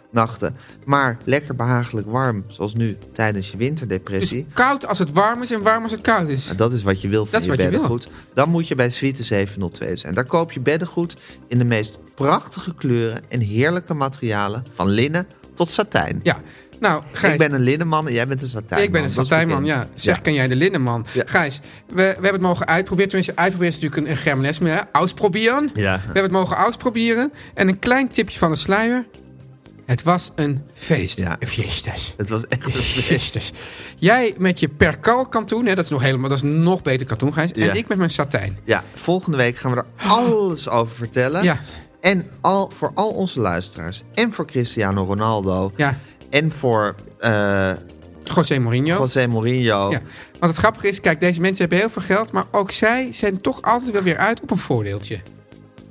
S2: zomernachten... maar lekker behagelijk warm, zoals nu tijdens je
S3: dus
S2: winterdepressie...
S3: koud als het warm is en warm als het koud is.
S2: En Dat is wat je wil van
S3: Dat is
S2: je
S3: wat je wil.
S2: beddengoed. Dan moet je bij Suite 702 zijn. Daar koop je beddengoed in de meest prachtige kleuren en heerlijke materialen. Van linnen tot satijn.
S3: Ja, nou, Gijs,
S2: ik ben een linnenman en jij bent een satijnman.
S3: ik ben een
S2: Dat is
S3: satijnman,
S2: bekend.
S3: ja. Zeg, ken jij de linnenman?
S2: Ja.
S3: Gijs, we, we hebben het mogen uitproberen. Tenminste, uitproberen is natuurlijk een, een germanisme, hè? Ausprobieren.
S2: Ja.
S3: We hebben het mogen uitproberen. En een klein tipje van de sluier. Het was een feest.
S2: Ja.
S3: Een fiestas.
S2: Het was echt een
S3: Fiestas. Jij met je perkal kantoen, hè, dat is nog helemaal, dat is nog beter kantoen, Gijs.
S2: Ja.
S3: En ik met mijn satijn.
S2: Ja, volgende week gaan we er alles over vertellen.
S3: Oh. Ja.
S2: En al, voor al onze luisteraars. En voor Cristiano Ronaldo.
S3: Ja.
S2: En voor eh
S3: José Mourinho.
S2: José Mourinho.
S3: Ja. Want het grappige is, kijk, deze mensen hebben heel veel geld, maar ook zij zijn toch altijd wel weer uit op een voordeeltje.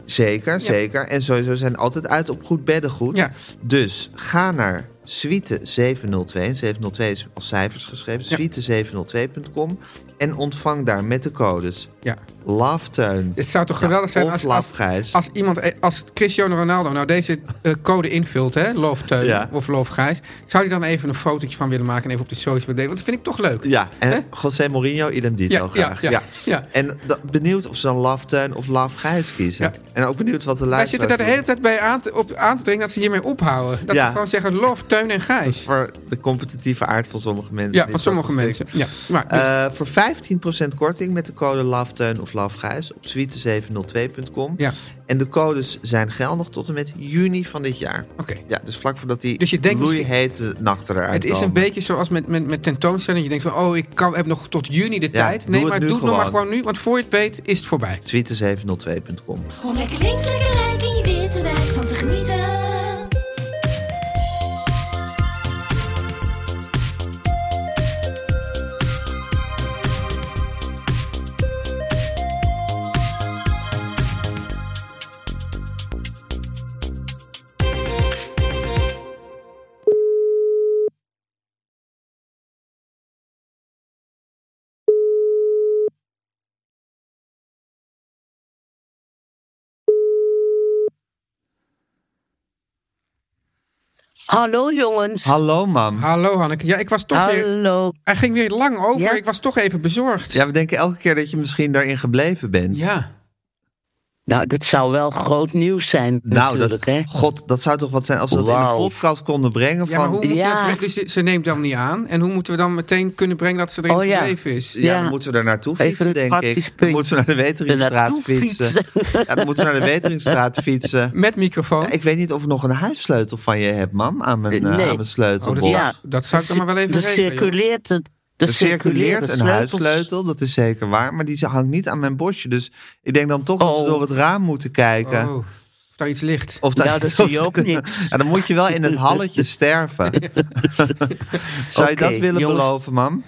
S2: Zeker, zeker. En sowieso zijn altijd uit op goed beddengoed.
S3: Ja.
S2: Dus ga naar suite 702. En 702 is als cijfers geschreven.
S3: Ja.
S2: suite702.com. En ontvang daar met de codes
S3: Ja.
S2: LAFTEUN.
S3: Het zou toch geweldig zijn
S2: of
S3: als, als,
S2: LAFGRIJs.
S3: als iemand, eh, als Cristiano Ronaldo nou deze eh, code invult, hè, Lofteun
S2: Ja.
S3: of Lofgrijs, zou hij dan even een fotootje van willen maken en even op de social delen? Want dat vind ik toch leuk.
S2: Ja, en
S3: Hè?
S2: José Mourinho, idem dito
S3: Ja, ja,
S2: graag.
S3: ja, ja.
S2: En da- benieuwd of ze dan LAFTEUN of LAFGRIJs kiezen.
S3: Ja.
S2: En ook benieuwd wat de
S3: Wij
S2: luisteraars
S3: zitten daar de
S2: doen.
S3: hele tijd bij aan te, op aan te dringen dat ze hiermee ophouden. Dat
S2: Ja.
S3: ze gewoon zeggen Lof, Teun en Gijs.
S2: Voor de competitieve aard van sommige mensen.
S3: Ja,
S2: Dit
S3: van
S2: soort
S3: sommige mensen.
S2: gesprekken.
S3: Ja. Maar,
S2: Eh,
S3: dus-
S2: voor 15% korting met de code LAFTEUN of LAFGUIS op suite702.com.
S3: Ja.
S2: En de codes zijn geldig tot en met juni van dit jaar.
S3: Oké.
S2: Ja, dus vlak voordat die
S3: Dus je denkt
S2: loeihete nachten eruit
S3: het is een
S2: komen.
S3: beetje zoals met, met, met tentoonstellingen. Je denkt van, oh, ik kan, heb nog tot juni de tijd.
S2: doe
S3: Nee,
S2: het
S3: maar
S2: nu
S3: doe het nog maar
S2: gewoon.
S3: gewoon nu, want voor je het weet is het voorbij.
S2: Suite702.com.
S6: Om lekker links, lekker rijk in je witte wijk van te genieten.
S7: Hallo jongens.
S2: Hallo, mam.
S3: Hallo Hanneke. Ja, ik was toch weer...
S7: Hallo.
S3: Hij ging weer lang over.
S7: Ja.
S3: Ik was toch even bezorgd.
S2: Ja, we denken elke keer dat je misschien daarin gebleven bent.
S3: ja.
S7: Nou, dat zou wel groot nieuws zijn
S2: Nou, dat,
S7: natuurlijk, hè?
S2: God, dat zou toch wat zijn als we dat in
S7: Wauw.
S2: een podcast konden brengen.
S3: Ja,
S2: van,
S3: maar hoe moet je
S7: Ja.
S3: dat brengen? Dus ze- ze neemt dan niet aan. En hoe moeten we dan meteen kunnen brengen dat ze erin
S7: Oh, ja.
S3: gebleven is?
S2: Ja,
S7: Ja.
S2: dan moeten we daar naartoe
S7: Even
S2: fietsen,
S7: een
S2: denk
S7: praktisch
S2: ik. Dan
S7: puntje.
S2: moeten we naar de Weteringstraat
S7: Ernaartoe
S2: fietsen.
S7: fietsen.
S2: Ja, dan moeten we naar de Weteringstraat fietsen.
S3: Met microfoon.
S2: Ja, ik weet niet of ik nog een huissleutel van je hebt, mam, aan mijn,
S7: Eh,
S2: eh,
S7: nee.
S2: aan mijn
S3: Oh,
S2: sleutelbos.
S3: dat,
S7: Ja.
S3: dat zou ik dan maar wel even
S7: Er
S3: regelen, joh.
S7: circuleert een, er
S2: Er circuleert
S7: circuleren
S2: een
S7: sleutels.
S2: huissleutel, dat is zeker waar. Maar die hangt niet aan mijn bosje. Dus ik denk dan toch dat
S7: Oh.
S2: we door het raam moeten kijken.
S3: Oh, of daar iets ligt.
S2: Of
S7: Nou, dat zie je ook niks.
S2: Ja, dan moet je wel in het halletje sterven. Zou je
S7: Oké,
S2: dat willen
S7: jongens.
S2: beloven, mam?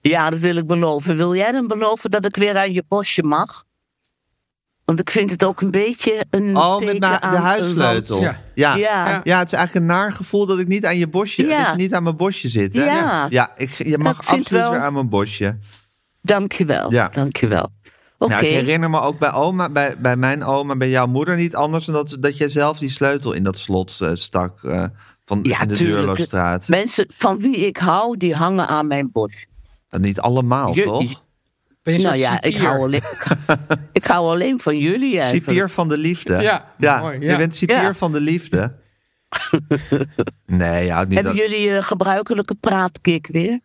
S7: Ja, dat wil ik beloven. Wil jij dan beloven dat ik weer aan je bosje mag? Want ik vind het ook een beetje een.
S2: Oh,
S7: teken
S2: met na-
S7: aan
S2: de huissleutel.
S3: Ja.
S2: Ja. Ja.
S7: Ja.
S2: Ja. het is eigenlijk een naar gevoel dat ik niet aan je bosje,
S7: Ja.
S2: dat je niet aan mijn bosje zit. Hè?
S7: Ja.
S2: ja ik, je mag
S7: Dat vind
S2: absoluut
S7: wel-
S2: weer aan mijn bosje.
S7: Dankjewel.
S2: Ja.
S7: Dankjewel. Oké.
S2: Nou, ik herinner me ook bij oma, bij, bij mijn oma, bij jouw moeder niet anders dan dat, dat jij zelf die sleutel in dat slot eh, stak eh, van
S7: Ja,
S2: in de
S7: tuurlijk.
S2: Deurloostraat.
S7: Mensen van wie ik hou, die hangen aan mijn bos.
S2: Nou, Niet allemaal,
S7: Je-
S2: toch?
S3: Ben je een
S7: nou
S3: soort
S7: ja, ik
S3: cipier?
S7: hou, alleen, ik hou alleen van jullie eigenlijk.
S2: Cipier van de liefde.
S3: Ja, mooi, ja.
S2: Je bent cipier
S7: Ja.
S2: van de liefde. nee, ja, niet
S7: Hebben
S2: dat.
S7: jullie je gebruikelijke praatkick weer?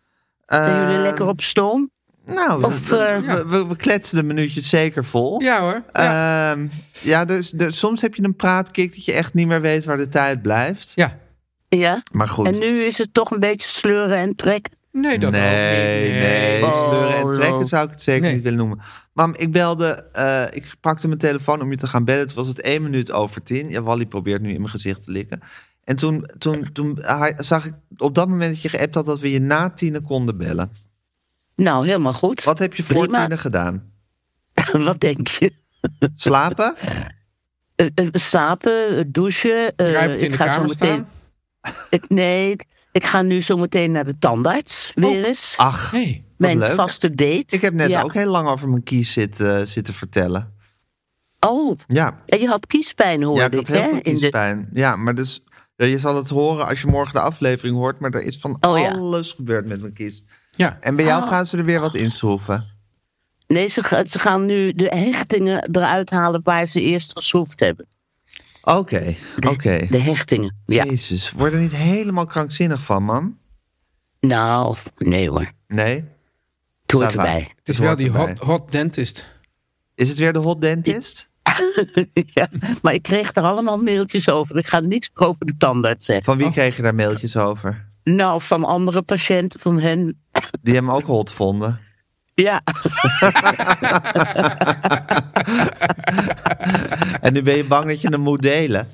S7: Zijn jullie
S2: Eh,
S7: lekker op stoom?
S2: Nou,
S7: Of,
S2: we-
S7: eh,
S2: we, we- we kletsen de minuutjes zeker vol.
S3: Ja hoor. Ja.
S2: Ja, ja dus, dus soms heb je een praatkick dat je echt niet meer weet waar de tijd blijft.
S3: ja.
S7: Ja.
S2: Maar goed.
S7: En nu is het toch een beetje sleuren en trekken.
S3: Nee, dat ook
S2: nee,
S3: niet.
S2: nee, sleuren en
S3: Oh,
S2: trekken zou ik het zeker
S3: Nee.
S2: niet willen noemen. Mam, ik belde, eh, ik pakte mijn telefoon om je te gaan bellen. Het was het één minuut over tien. Ja, Wally probeert nu in mijn gezicht te likken. En toen, toen, toen hij- zag ik op dat moment dat je geappt had dat we je na tienen konden bellen.
S7: Nou, helemaal goed.
S2: Wat heb je voor
S7: Prima.
S2: tienen gedaan?
S7: Wat denk je?
S2: Slapen?
S7: Eh, eh, slapen, eh, douchen. eh,
S3: Jij hebt in
S7: ik
S3: de
S7: ga zo
S3: kamer
S7: meteen-
S3: staan.
S7: Ik, nee, ik, ik ga nu zo meteen naar de tandarts. Weer eens.
S2: Ach,
S3: Nee.
S7: Mijn
S2: Oh, ah, leuk.
S7: vaste date.
S2: ik heb net
S7: Ja.
S2: ook heel lang over mijn kies zitten, zitten vertellen.
S7: Oh,
S2: Ja,
S7: en je had kiespijn hoorde
S2: ja ik had heel
S7: hè,
S2: veel
S7: in de-
S2: kiespijn. Ja, maar dus, ja, je zal het horen als je morgen de aflevering hoort. Maar er is van
S7: Oh, ja. Oh.
S2: alles gebeurd met mijn kies.
S3: Ja.
S2: En bij jou gaan ze er weer wat inschroeven.
S7: Nee, ze, ga- ze gaan nu de hechtingen eruit halen waar ze eerst geschroefd hebben.
S2: Oké, oké.
S7: De hechtingen, ja.
S2: Jezus, word er niet helemaal krankzinnig van, man.
S7: Nou, nee hoor.
S2: Nee?
S7: Het hoort
S2: Ça va.
S7: erbij.
S3: Het is wel
S2: hoort
S3: die
S2: erbij.
S3: hot, hot dentist.
S2: Is het weer de hot dentist?
S7: ja, maar ik kreeg er allemaal mailtjes over. Ik ga niks over de tandarts zeggen.
S2: Van wie
S3: Oh.
S2: kreeg je daar mailtjes over?
S7: Nou, van andere patiënten, van hen.
S2: Die hem ook hot vonden.
S7: Ja,
S2: En nu ben je bang dat je hem moet delen.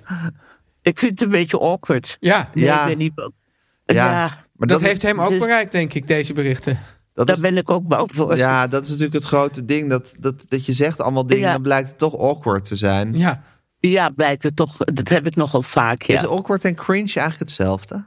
S7: ik vind het een beetje awkward.
S3: Ja.
S7: Nee,
S2: Ja.
S7: ik weet niet wat.
S2: Ja,
S7: Ja,
S2: maar
S3: dat, heeft hem ook
S7: dus-
S3: bereikt, denk ik, deze berichten.
S2: dat
S7: daar
S2: is,
S7: ben ik ook bang voor.
S2: Ja, dat is natuurlijk het grote ding. Dat, dat, dat je zegt allemaal dingen
S7: Ja.
S2: en dan blijkt het toch awkward te zijn.
S3: Ja.
S7: Ja, blijkt het toch. Dat heb ik nogal vaak, ja.
S2: Is awkward en cringe eigenlijk hetzelfde?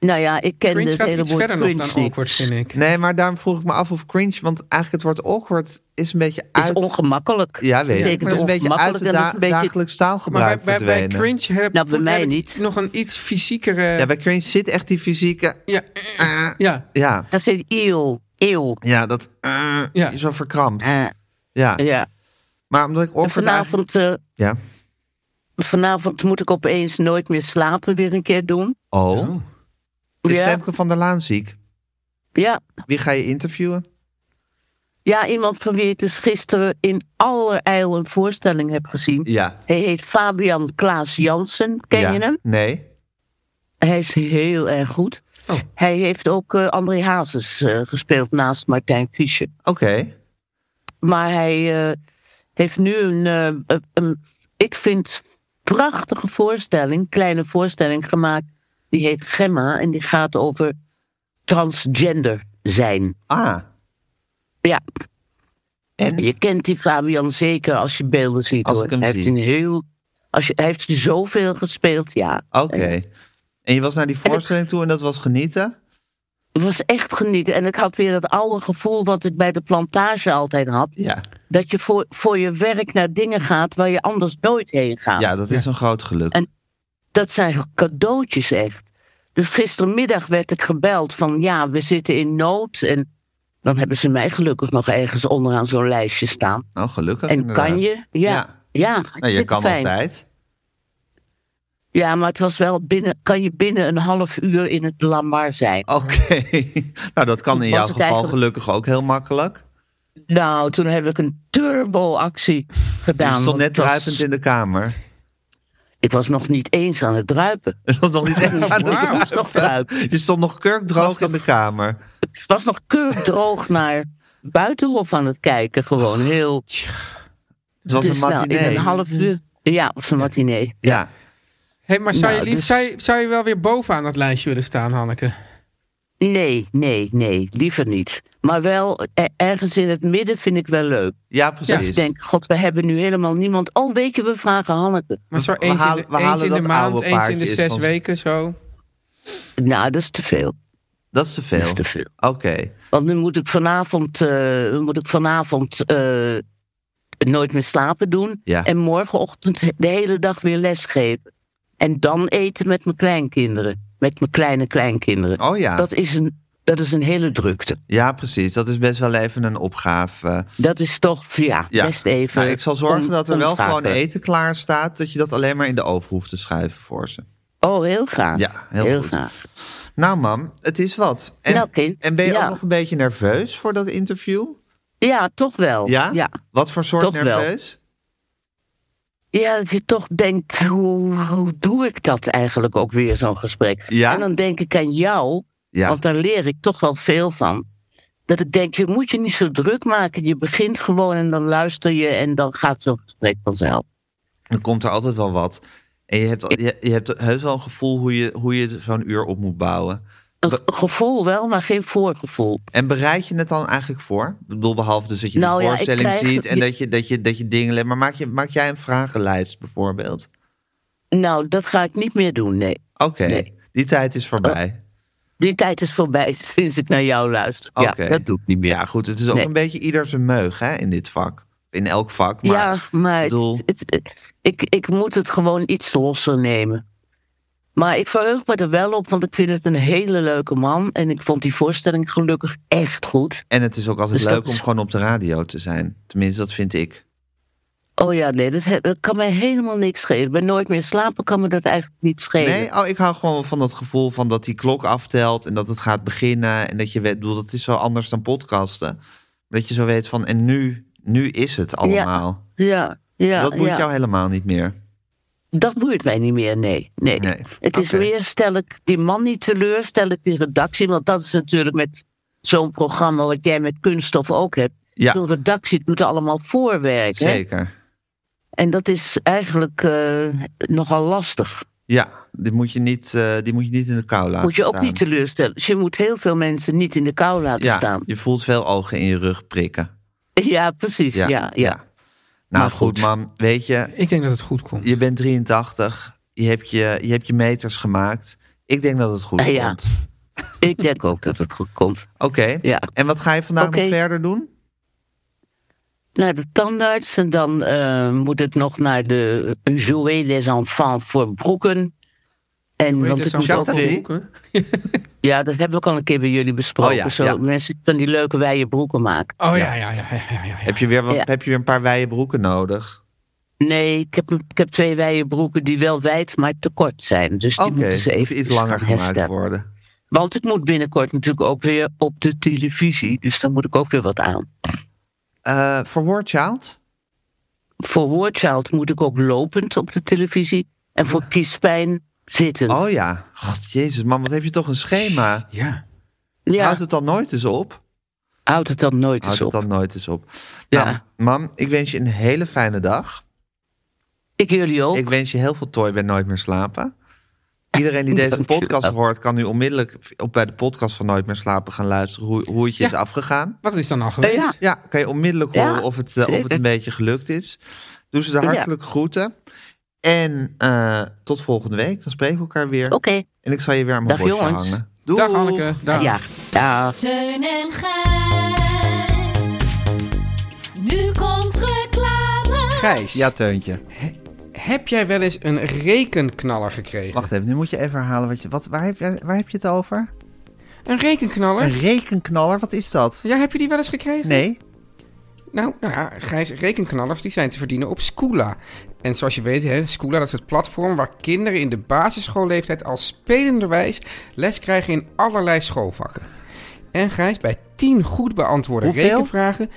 S7: Nou ja, ik ken
S3: Cringe
S7: het
S3: gaat
S7: hele
S3: iets
S7: woord
S3: verder nog
S7: cringe
S3: dan
S7: niet.
S3: awkward, vind ik.
S2: Nee, maar daarom vroeg ik me af of cringe... want eigenlijk het woord awkward is een beetje
S7: Het is
S2: uit...
S7: ongemakkelijk.
S2: Ja, weet ik.
S7: Betekent
S2: Maar dat is een beetje uit
S7: ongemakkelijk
S2: het
S7: en dat is
S2: da-
S7: een beetje-
S2: dagelijks
S3: Maar bij,
S2: taalgebruik
S3: bij, bij
S2: verdwenen.
S3: cringe eh, heb,
S7: Nou, bij
S3: voel-
S7: mij
S3: heb ik
S7: niet.
S3: nog een iets fysiekere...
S2: Ja, bij cringe zit echt die fysieke...
S3: ja,
S2: eh,
S3: ja,
S2: ja,
S7: Daar zit eeuw, eeuw.
S2: ja, dat eh,
S3: Ja.
S2: is zo verkrampt.
S7: Eh,
S2: Ja.
S7: ja.
S2: Maar omdat ik awkward eigenlijk...
S7: Vanavond, eh,
S2: Ja.
S7: vanavond moet ik opeens nooit meer slapen weer een keer doen.
S2: Oh, is
S7: Ja,
S2: Femke van der Laan ziek?
S7: ja.
S2: Wie ga je interviewen?
S7: ja, iemand van wie ik dus gisteren in allerijl een voorstelling heb gezien.
S2: Ja.
S7: Hij heet Fabian Klaas Jansen, ken
S2: Ja.
S7: je hem?
S2: Nee.
S7: Hij is heel erg goed.
S2: Oh.
S7: Hij heeft ook eh, André Hazes eh, gespeeld naast Martijn Fischer.
S2: Oké.
S7: Maar hij eh, heeft nu een, eh, een, ik vind, prachtige voorstelling, kleine voorstelling gemaakt. Die heet Gemma en die gaat over transgender zijn.
S2: Ah,
S7: Ja,
S2: en?
S7: je kent die Fabian zeker als je beelden ziet.
S2: Als
S7: hoor.
S2: ik hem
S7: hij heeft
S2: zie.
S7: een heel, als je, hij heeft zoveel gespeeld, ja.
S2: Oké. En je was naar die voorstelling toe en dat was genieten?
S7: Het was echt genieten. En ik had weer dat oude gevoel wat ik bij de plantage altijd had.
S2: Ja.
S7: Dat je voor, voor je werk naar dingen gaat waar je anders nooit heen gaat.
S2: Ja, dat is een groot geluk.
S7: En- dat zijn cadeautjes echt. Dus gistermiddag werd ik gebeld van ja, we zitten in nood. En dan hebben ze mij gelukkig nog ergens onderaan zo'n lijstje staan.
S2: Nou, gelukkig
S7: En
S2: inderdaad.
S7: kan je? Ja.
S2: Ja.
S7: Ja,
S2: Nou, je
S7: hartstikke
S2: kan
S7: fijn.
S2: altijd.
S7: Ja, maar het was wel binnen, kan je binnen een half uur in het Lamar zijn.
S2: Oké. nou, dat kan in
S7: Was
S2: jouw
S7: het
S2: geval
S7: eigenlijk-
S2: gelukkig ook heel makkelijk.
S7: Nou, toen heb ik een turboactie gedaan.
S2: Je stond
S7: want
S2: net
S7: het was-
S2: druipend in de kamer.
S7: Ik was nog niet eens aan het druipen.
S2: Het was nog niet echt aan het
S7: Ik was nog druipen.
S2: druipen. Je stond nog kurkdroog in de kamer.
S7: Ik was nog keurdroog naar Buitenhof aan het kijken. Gewoon heel...
S2: Het Oh, was een
S7: dus, nou, in
S2: matinee.
S7: een half uur. Ja, of een matinee.
S2: Ja.
S3: Hey, maar zou,
S7: Nou,
S3: je lief,
S7: dus-
S3: zou, je, zou je wel weer bovenaan dat lijstje willen staan, Hanneke?
S7: Nee, nee, nee, liever niet. Maar wel, eh, ergens in het midden vind ik wel leuk.
S2: Ja,
S7: Dus
S2: precies.
S7: ik denk, god, we hebben nu helemaal niemand. Oh, weet je, we vragen Hanneke.
S3: Maar zo
S2: We
S3: eens in
S2: halen-
S3: de,
S2: we
S3: eens
S2: halen
S3: in de
S2: dat
S3: maand,
S2: oude
S3: eens in de
S2: paardje is
S3: zes
S2: van-
S3: weken zo.
S7: Nou, dat is te veel.
S2: Dat is te
S7: Dat is
S2: veel.
S7: te veel.
S2: Oké.
S7: Want nu moet ik vanavond, eh, nu moet ik vanavond eh, nooit meer slapen doen.
S2: Ja.
S7: En morgenochtend de hele dag weer lesgeven. En dan eten met mijn kleinkinderen. Met mijn kleine kleinkinderen.
S2: Oh ja.
S7: Dat, is een, dat is een hele drukte.
S2: Ja, precies. Dat is best wel even een opgave. eh.
S7: Dat is toch, ja,
S2: Ja.
S7: best even.
S2: Nou, ik zal zorgen
S7: om-
S2: dat er wel
S7: omschakelen.
S2: gewoon eten klaar staat. Dat je dat alleen maar in de oven hoeft te schuiven voor ze.
S7: Oh, heel graag.
S2: Ja, heel goed.
S7: graag.
S2: Nou, mam, het is wat. En,
S7: Nou, kind,
S2: en ben je
S7: ja.
S2: ook nog een beetje nerveus voor dat interview?
S7: Ja, toch wel.
S2: Ja?
S7: Oh, Ja.
S2: Wat voor soort
S7: Toch wel.
S2: nerveus?
S7: Ja, dat je toch denkt, hoe, hoe doe ik dat eigenlijk ook weer, zo'n gesprek?
S2: Ja.
S7: En dan denk ik aan jou,
S2: Ja.
S7: want daar leer ik toch wel veel van. Dat ik denk, je moet je niet zo druk maken. Je begint gewoon en dan luister je en dan gaat zo'n gesprek vanzelf.
S2: Dan komt er altijd wel wat. En je hebt, al- je, je hebt heus wel een gevoel hoe je, hoe je zo'n uur op moet bouwen.
S7: Een ge- gevoel wel, maar geen voorgevoel.
S2: En bereid je het dan eigenlijk voor? Ik bedoel, behalve dus dat je
S7: Nou
S2: de
S7: ja, ik
S2: voorstelling
S7: krijg-
S2: ziet en
S7: je-
S2: dat, je, dat, je, dat je dingen... leert. Maar maak, je, maak jij een vragenlijst bijvoorbeeld?
S7: Nou, dat ga ik niet meer doen, nee.
S2: Oké,
S7: Nee. Oh.
S2: die tijd is voorbij.
S7: Die tijd is voorbij sinds ik naar jou luister.
S2: Oké.
S7: Ja, dat doe ik niet meer.
S2: Ja, goed, het is ook
S7: Nee.
S2: een beetje ieder zijn meug hè, in dit vak. In elk vak, maar...
S7: ja, maar het-
S2: bedoel-
S7: het, ik, ik moet het gewoon iets losser nemen. Maar ik verheug me er wel op, want ik vind het een hele leuke man. En ik vond die voorstelling gelukkig echt goed.
S2: En het is ook altijd
S7: Dus dat
S2: leuk om
S7: is-
S2: gewoon op de radio te zijn. Tenminste, dat vind ik.
S7: Oh ja, nee, dat, he- dat kan mij helemaal niks schelen. Bij Nooit meer slapen kan me dat eigenlijk niet schelen.
S2: Nee, oh, ik hou gewoon van dat gevoel van dat die klok aftelt en dat het gaat beginnen. En dat je weet, ik bedoel, dat is zo anders dan podcasten. Maar Dat je zo weet van, en nu, nu is het allemaal.
S7: Ja, ja,
S2: dat boeit
S7: ja.
S2: jou helemaal niet meer.
S7: dat boeit mij niet meer, nee. nee.
S2: Nee,
S7: Het is
S2: oké.
S7: meer, stel ik die man niet teleur, stel ik die redactie. Want dat is natuurlijk met zo'n programma wat jij met kunststof ook hebt.
S2: Ja.
S7: Zo'n redactie doet allemaal voorwerk. Hè?
S2: Zeker.
S7: En dat is eigenlijk eh, nogal lastig.
S2: Ja, die moet, je niet, eh, die moet je niet in de kou laten
S7: moet je ook
S2: staan.
S7: niet teleurstellen. Dus je moet heel veel mensen niet in de kou laten
S2: ja,
S7: staan.
S2: Je voelt veel ogen in je rug prikken.
S7: Ja, precies. Ja, Dus ja,
S2: Nou
S7: Maar
S2: goed,
S7: goed.
S2: mam. Weet je,
S3: Ik denk dat het goed komt.
S2: je bent 83. Je hebt je, je, hebt je meters gemaakt. Ik denk dat het goed
S7: Ah, ja.
S2: komt.
S7: Ik denk ook dat het goed komt.
S2: Oké.
S7: Ja.
S2: En wat ga je vandaag
S7: Oké.
S2: nog verder doen?
S7: Naar de tandarts en dan eh, moet ik nog naar de Jouet des Enfants voor broeken. En,
S3: Weet
S7: want
S3: je,
S7: ik
S3: zo'n
S7: moet ook
S3: vrouw
S7: weer-
S3: van Hoeken?
S7: ja, dat hebben we ook al een keer bij jullie besproken.
S2: Oh ja,
S7: Zo,
S2: ja.
S7: Mensen van die leuke wijde broeken maken.
S3: Oh ja, ja, ja, ja, ja, ja.
S2: Heb je weer, wat,
S7: Ja.
S2: heb je weer een paar wijde broeken nodig?
S7: Nee, ik heb, ik heb twee wijde broeken die wel wijd, maar te kort zijn. Dus die
S2: Oké,
S7: moeten ze
S2: moet
S7: even
S2: iets langer
S7: gaan
S2: gemaakt
S7: herstellen.
S2: worden.
S7: Want ik moet binnenkort natuurlijk ook weer op de televisie. Dus daar moet ik ook weer wat aan.
S2: Eh, Voor War Child?
S7: Voor Woordchild moet ik ook lopend op de televisie. En voor kiespijn zittend.
S2: Oh ja. God, jezus, man, wat heb je toch een schema?
S3: Ja.
S7: ja,
S2: Houdt het dan nooit eens op?
S7: houdt het dan
S2: Houdt
S7: nooit eens
S2: het
S7: op.
S2: dan nooit eens op?
S7: Ja.
S2: Nou, mam, ik wens je een hele fijne dag.
S7: Ik jullie ook.
S2: Ik wens je heel veel tooi bij Nooit meer slapen. Iedereen die deze
S7: Dankjewel.
S2: podcast hoort, kan nu onmiddellijk op bij de podcast van Nooit meer slapen gaan luisteren hoe, hoe het je
S3: Ja.
S2: is afgegaan.
S3: Wat is dan al geweest?
S7: ja.
S2: Ja, kan je onmiddellijk
S7: Ja,
S2: horen of het, eh, of het
S7: zeker.
S2: een beetje gelukt is. Doe ze de
S7: Ja.
S2: hartelijke groeten. En eh, tot volgende week. Dan spreken we elkaar weer.
S7: Oké.
S2: En ik zal je weer aan mijn
S7: Dag,
S2: bordje
S7: jongens.
S2: hangen. Doei.
S3: Dag Hanneke. Dag.
S7: Ja. ja.
S6: Teun en Gijs. Nu komt reclame.
S5: Gijs,
S2: Ja, Teuntje.
S3: Heb jij wel eens een rekenknaller gekregen?
S2: Wacht even, nu moet je even herhalen. Wat je, wat, waar, heb, jij- waar heb je het over?
S3: Een rekenknaller?
S2: Een rekenknaller, wat is dat?
S3: Ja, heb je die wel eens gekregen?
S2: Nee.
S3: Nou, nou ja, Gijs, rekenknallers die zijn te verdienen op Scoola. En zoals je weet, hè, Scoola dat is het platform waar kinderen in de basisschoolleeftijd al spelenderwijs les krijgen in allerlei schoolvakken. En Gijs, bij 10 goed beantwoorde
S2: Hoeveel?
S3: rekenvragen,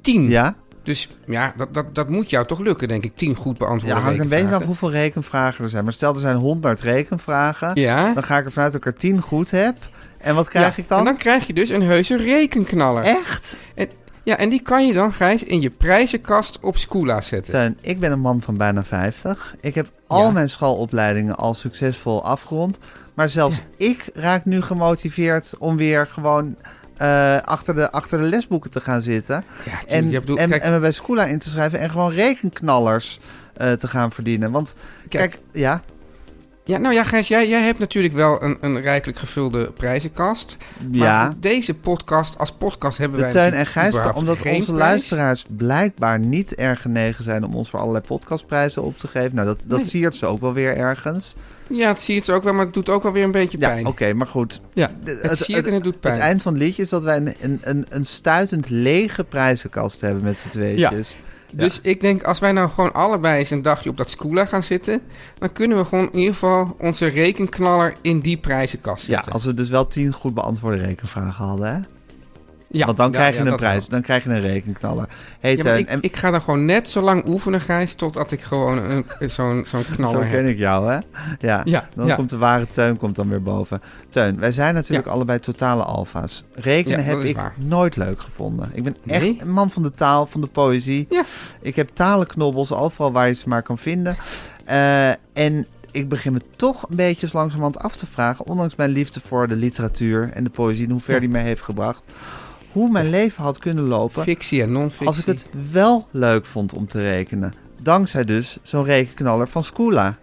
S3: 10.
S2: Ja?
S3: Dus ja, dat, dat, dat moet jou toch lukken, denk ik. 10 goed
S2: Ja,
S3: beantwoorde
S2: hangt een beetje
S3: rekenvragen.
S2: af hoeveel rekenvragen er zijn. Maar stel, er zijn 100 rekenvragen.
S3: Ja.
S2: Dan ga ik er vanuit dat ik er 10 goed heb. En wat krijg
S3: Ja,
S2: ik dan?
S3: En dan krijg je dus een heuse rekenknaller.
S2: Echt?
S3: En, Ja, en die kan je dan, Gijs, in je prijzenkast op Scoola zetten.
S2: Teun, ik ben een man van bijna 50. Ik heb al
S3: Ja.
S2: mijn schoolopleidingen al succesvol afgerond. Maar zelfs ik raak nu gemotiveerd om weer gewoon eh, achter, de, achter de lesboeken te gaan zitten.
S3: Ja,
S2: En,
S3: ja, bedoel,
S2: en,
S3: kijk,
S2: en me bij Scoola in te schrijven en gewoon rekenknallers eh, te gaan verdienen. Want kijk,
S3: Kijk.
S2: ja,
S3: ja, nou ja, Gijs, jij, jij hebt natuurlijk wel een, een rijkelijk gevulde prijzenkast. Maar
S2: ja
S3: voor deze podcast, als podcast hebben
S2: de
S3: wij...
S2: Teun en
S3: natuurlijk
S2: Gijs,
S3: überhaupt
S2: omdat
S3: geen
S2: onze
S3: prijs.
S2: luisteraars blijkbaar niet erg genegen zijn om ons voor allerlei podcastprijzen op te geven. Nou, dat, dat
S3: Nee.
S2: siert ze ook wel weer ergens.
S3: Ja, het zie je het ook wel, maar het doet ook wel weer een beetje
S2: Ja,
S3: pijn.
S2: oké, maar goed.
S3: Ja,
S2: De-
S3: het, siert en het doet pijn.
S2: Het eind van het liedje is dat wij een, een, een, een stuitend lege prijzenkast hebben met z'n tweetjes.
S3: Dus ik denk, als wij nou gewoon allebei eens een dagje op dat Scoola gaan zitten... dan kunnen we gewoon in ieder geval onze rekenknaller in die prijzenkast
S2: Ja,
S3: zetten.
S2: als we dus wel tien goed beantwoorde rekenvragen hadden, hè?
S3: Ja,
S2: Want dan
S3: ja,
S2: krijg
S3: ja,
S2: je een
S3: dat wel.
S2: prijs, dan krijg je een rekenknaller. Hey,
S3: Ja, maar
S2: Teun,
S3: ik,
S2: en
S3: ik ga dan gewoon net zo lang oefenen, Gijs, totdat ik gewoon een- een- zo'n zo'n
S2: zo
S3: knaller heb.
S2: ken ik jou, hè? Ja,
S3: Ja,
S2: dan
S3: ja.
S2: komt de ware Teun komt dan weer boven. Teun, wij zijn natuurlijk allebei totale alfa's. Rekenen
S3: Ja, dat
S2: heb
S3: is
S2: ik
S3: waar.
S2: nooit leuk gevonden. Ik ben echt
S3: Nee?
S2: een man van de taal, van de poëzie.
S3: Ja.
S2: Ik heb talenknobbels overal waar je ze maar kan vinden. Eh, en ik begin me toch een beetje zo langzamerhand af te vragen... ondanks mijn liefde voor de literatuur en de poëzie... en hoe ver die mij heeft gebracht... hoe mijn leven had kunnen lopen...
S3: Fictie en non-fictie.
S2: als ik het wel leuk vond om te rekenen. Dankzij dus zo'n rekenknaller van Scoola.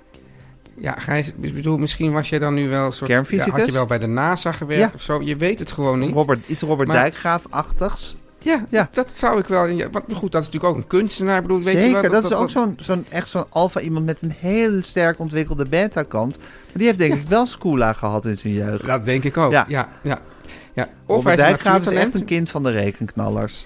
S3: Ja, Gijs, ik bedoel, misschien was jij dan nu wel een soort...
S2: Kernfysicus?
S3: Ja, had je wel bij de NASA gewerkt
S2: Ja.
S3: of zo? Je weet het gewoon niet.
S2: Robert, iets Robert
S3: Maar-
S2: Dijkgraaf-achtigs.
S3: Ja,
S2: Ja.
S3: dat zou ik wel... Ja, maar goed, dat is natuurlijk ook een kunstenaar. Ik bedoel, weet je wel,
S2: Zeker, dat, is ook zo'n zo'n- echt zo'n alfa iemand met een heel sterk ontwikkelde beta-kant. Maar die heeft denk ik wel Scoola gehad in zijn jeugd.
S3: Dat denk ik ook,
S2: Ja.
S3: ja. ja, ja. Of hij
S2: Robert
S3: is een
S2: Dijkgraaf is echt
S3: natuurtalent.
S2: een kind van de rekenknallers.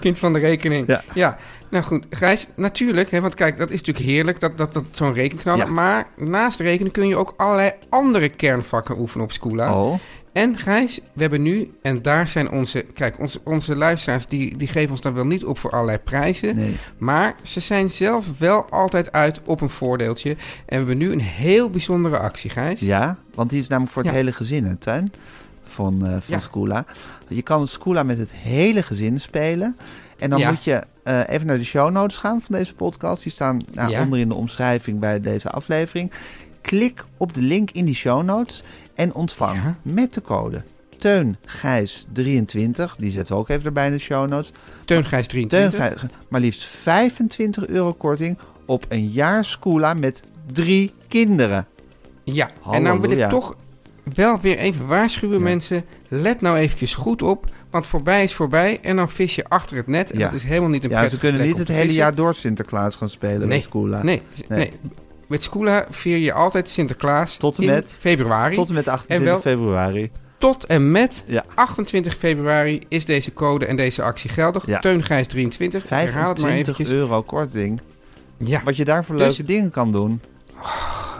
S3: Kind van de rekening.
S2: Ja.
S3: Ja. Nou goed, Gijs, natuurlijk. Hè, want kijk, dat is natuurlijk heerlijk, dat, dat, dat zo'n rekenknaller.
S2: Ja.
S3: Maar naast rekenen kun je ook allerlei andere kernvakken oefenen op Scoola.
S2: Oh,
S3: En Gijs, we hebben nu, en daar zijn onze... Kijk, onze, onze luisteraars, die, die geven ons dan wel niet op voor allerlei prijzen.
S2: nee.
S3: Maar ze zijn zelf wel altijd uit op een voordeeltje. En we hebben nu een heel bijzondere actie, Gijs.
S2: Ja, want die is namelijk voor het
S3: Ja.
S2: hele gezin, hè, Tuin? Van, eh van
S3: Ja.
S2: Scoola. Je kan Scoola met het hele gezin spelen. En dan
S3: Ja.
S2: moet je eh, even naar de show notes gaan van deze podcast. Die staan nou,
S3: Ja.
S2: onder in de omschrijving bij deze aflevering. Klik op de link in die show notes en ontvang
S3: Ja.
S2: met de code Teun Gijs 23. Die zetten we ook even erbij in de show notes.
S3: Teun Gijs
S2: Teun
S3: 23.
S2: Gijs, maar liefst 25 euro korting op een jaar Scoola met drie kinderen.
S3: Ja, en dan wil
S2: Halleluja.
S3: ik toch wel weer even waarschuwen mensen. Let nou eventjes goed op, want voorbij is voorbij. En dan vis je achter het net. En
S2: Ja.
S3: dat is helemaal niet een
S2: Ja, ze
S3: prettige
S2: kunnen
S3: plek
S2: niet
S3: om
S2: het
S3: te
S2: hele
S3: vissen.
S2: jaar door Sinterklaas gaan spelen met
S3: Nee,
S2: Scoola.
S3: Nee,
S2: Nee.
S3: nee. Met Scoola vier je altijd Sinterklaas
S2: Tot en
S3: in
S2: met-
S3: februari.
S2: Tot en met 28
S3: En wel-
S2: februari.
S3: Tot en met
S2: Ja.
S3: 28 februari is deze code en deze actie geldig.
S2: Ja.
S3: Teungrijs 23. Ik Herhaal het maar
S2: 25
S3: eventjes.
S2: euro korting.
S3: Ja,
S2: Wat je daar voor
S3: Dus-
S2: leuke dingen kan doen.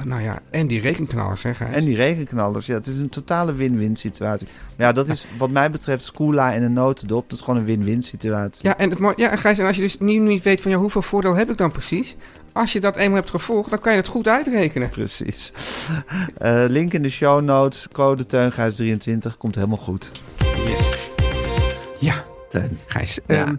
S3: nou ja, en die rekenknallers, hè, Gijs?
S2: En die regenknallers. Ja, het is een totale win-win situatie. Maar ja, dat is wat mij betreft Scoola en een notendop. Dat is gewoon een win-win situatie.
S3: Ja, en het mooie, ja, en Gijs, en als je dus nu niet weet van ja, hoeveel voordeel heb ik dan precies? Als je dat eenmaal hebt gevolgd, dan kan je het goed uitrekenen.
S2: Precies. Eh, link in de show notes. Code Teungaars23. Komt helemaal goed.
S3: Ja,
S2: Teun.
S3: Gijs.
S2: Ja.
S3: ehm,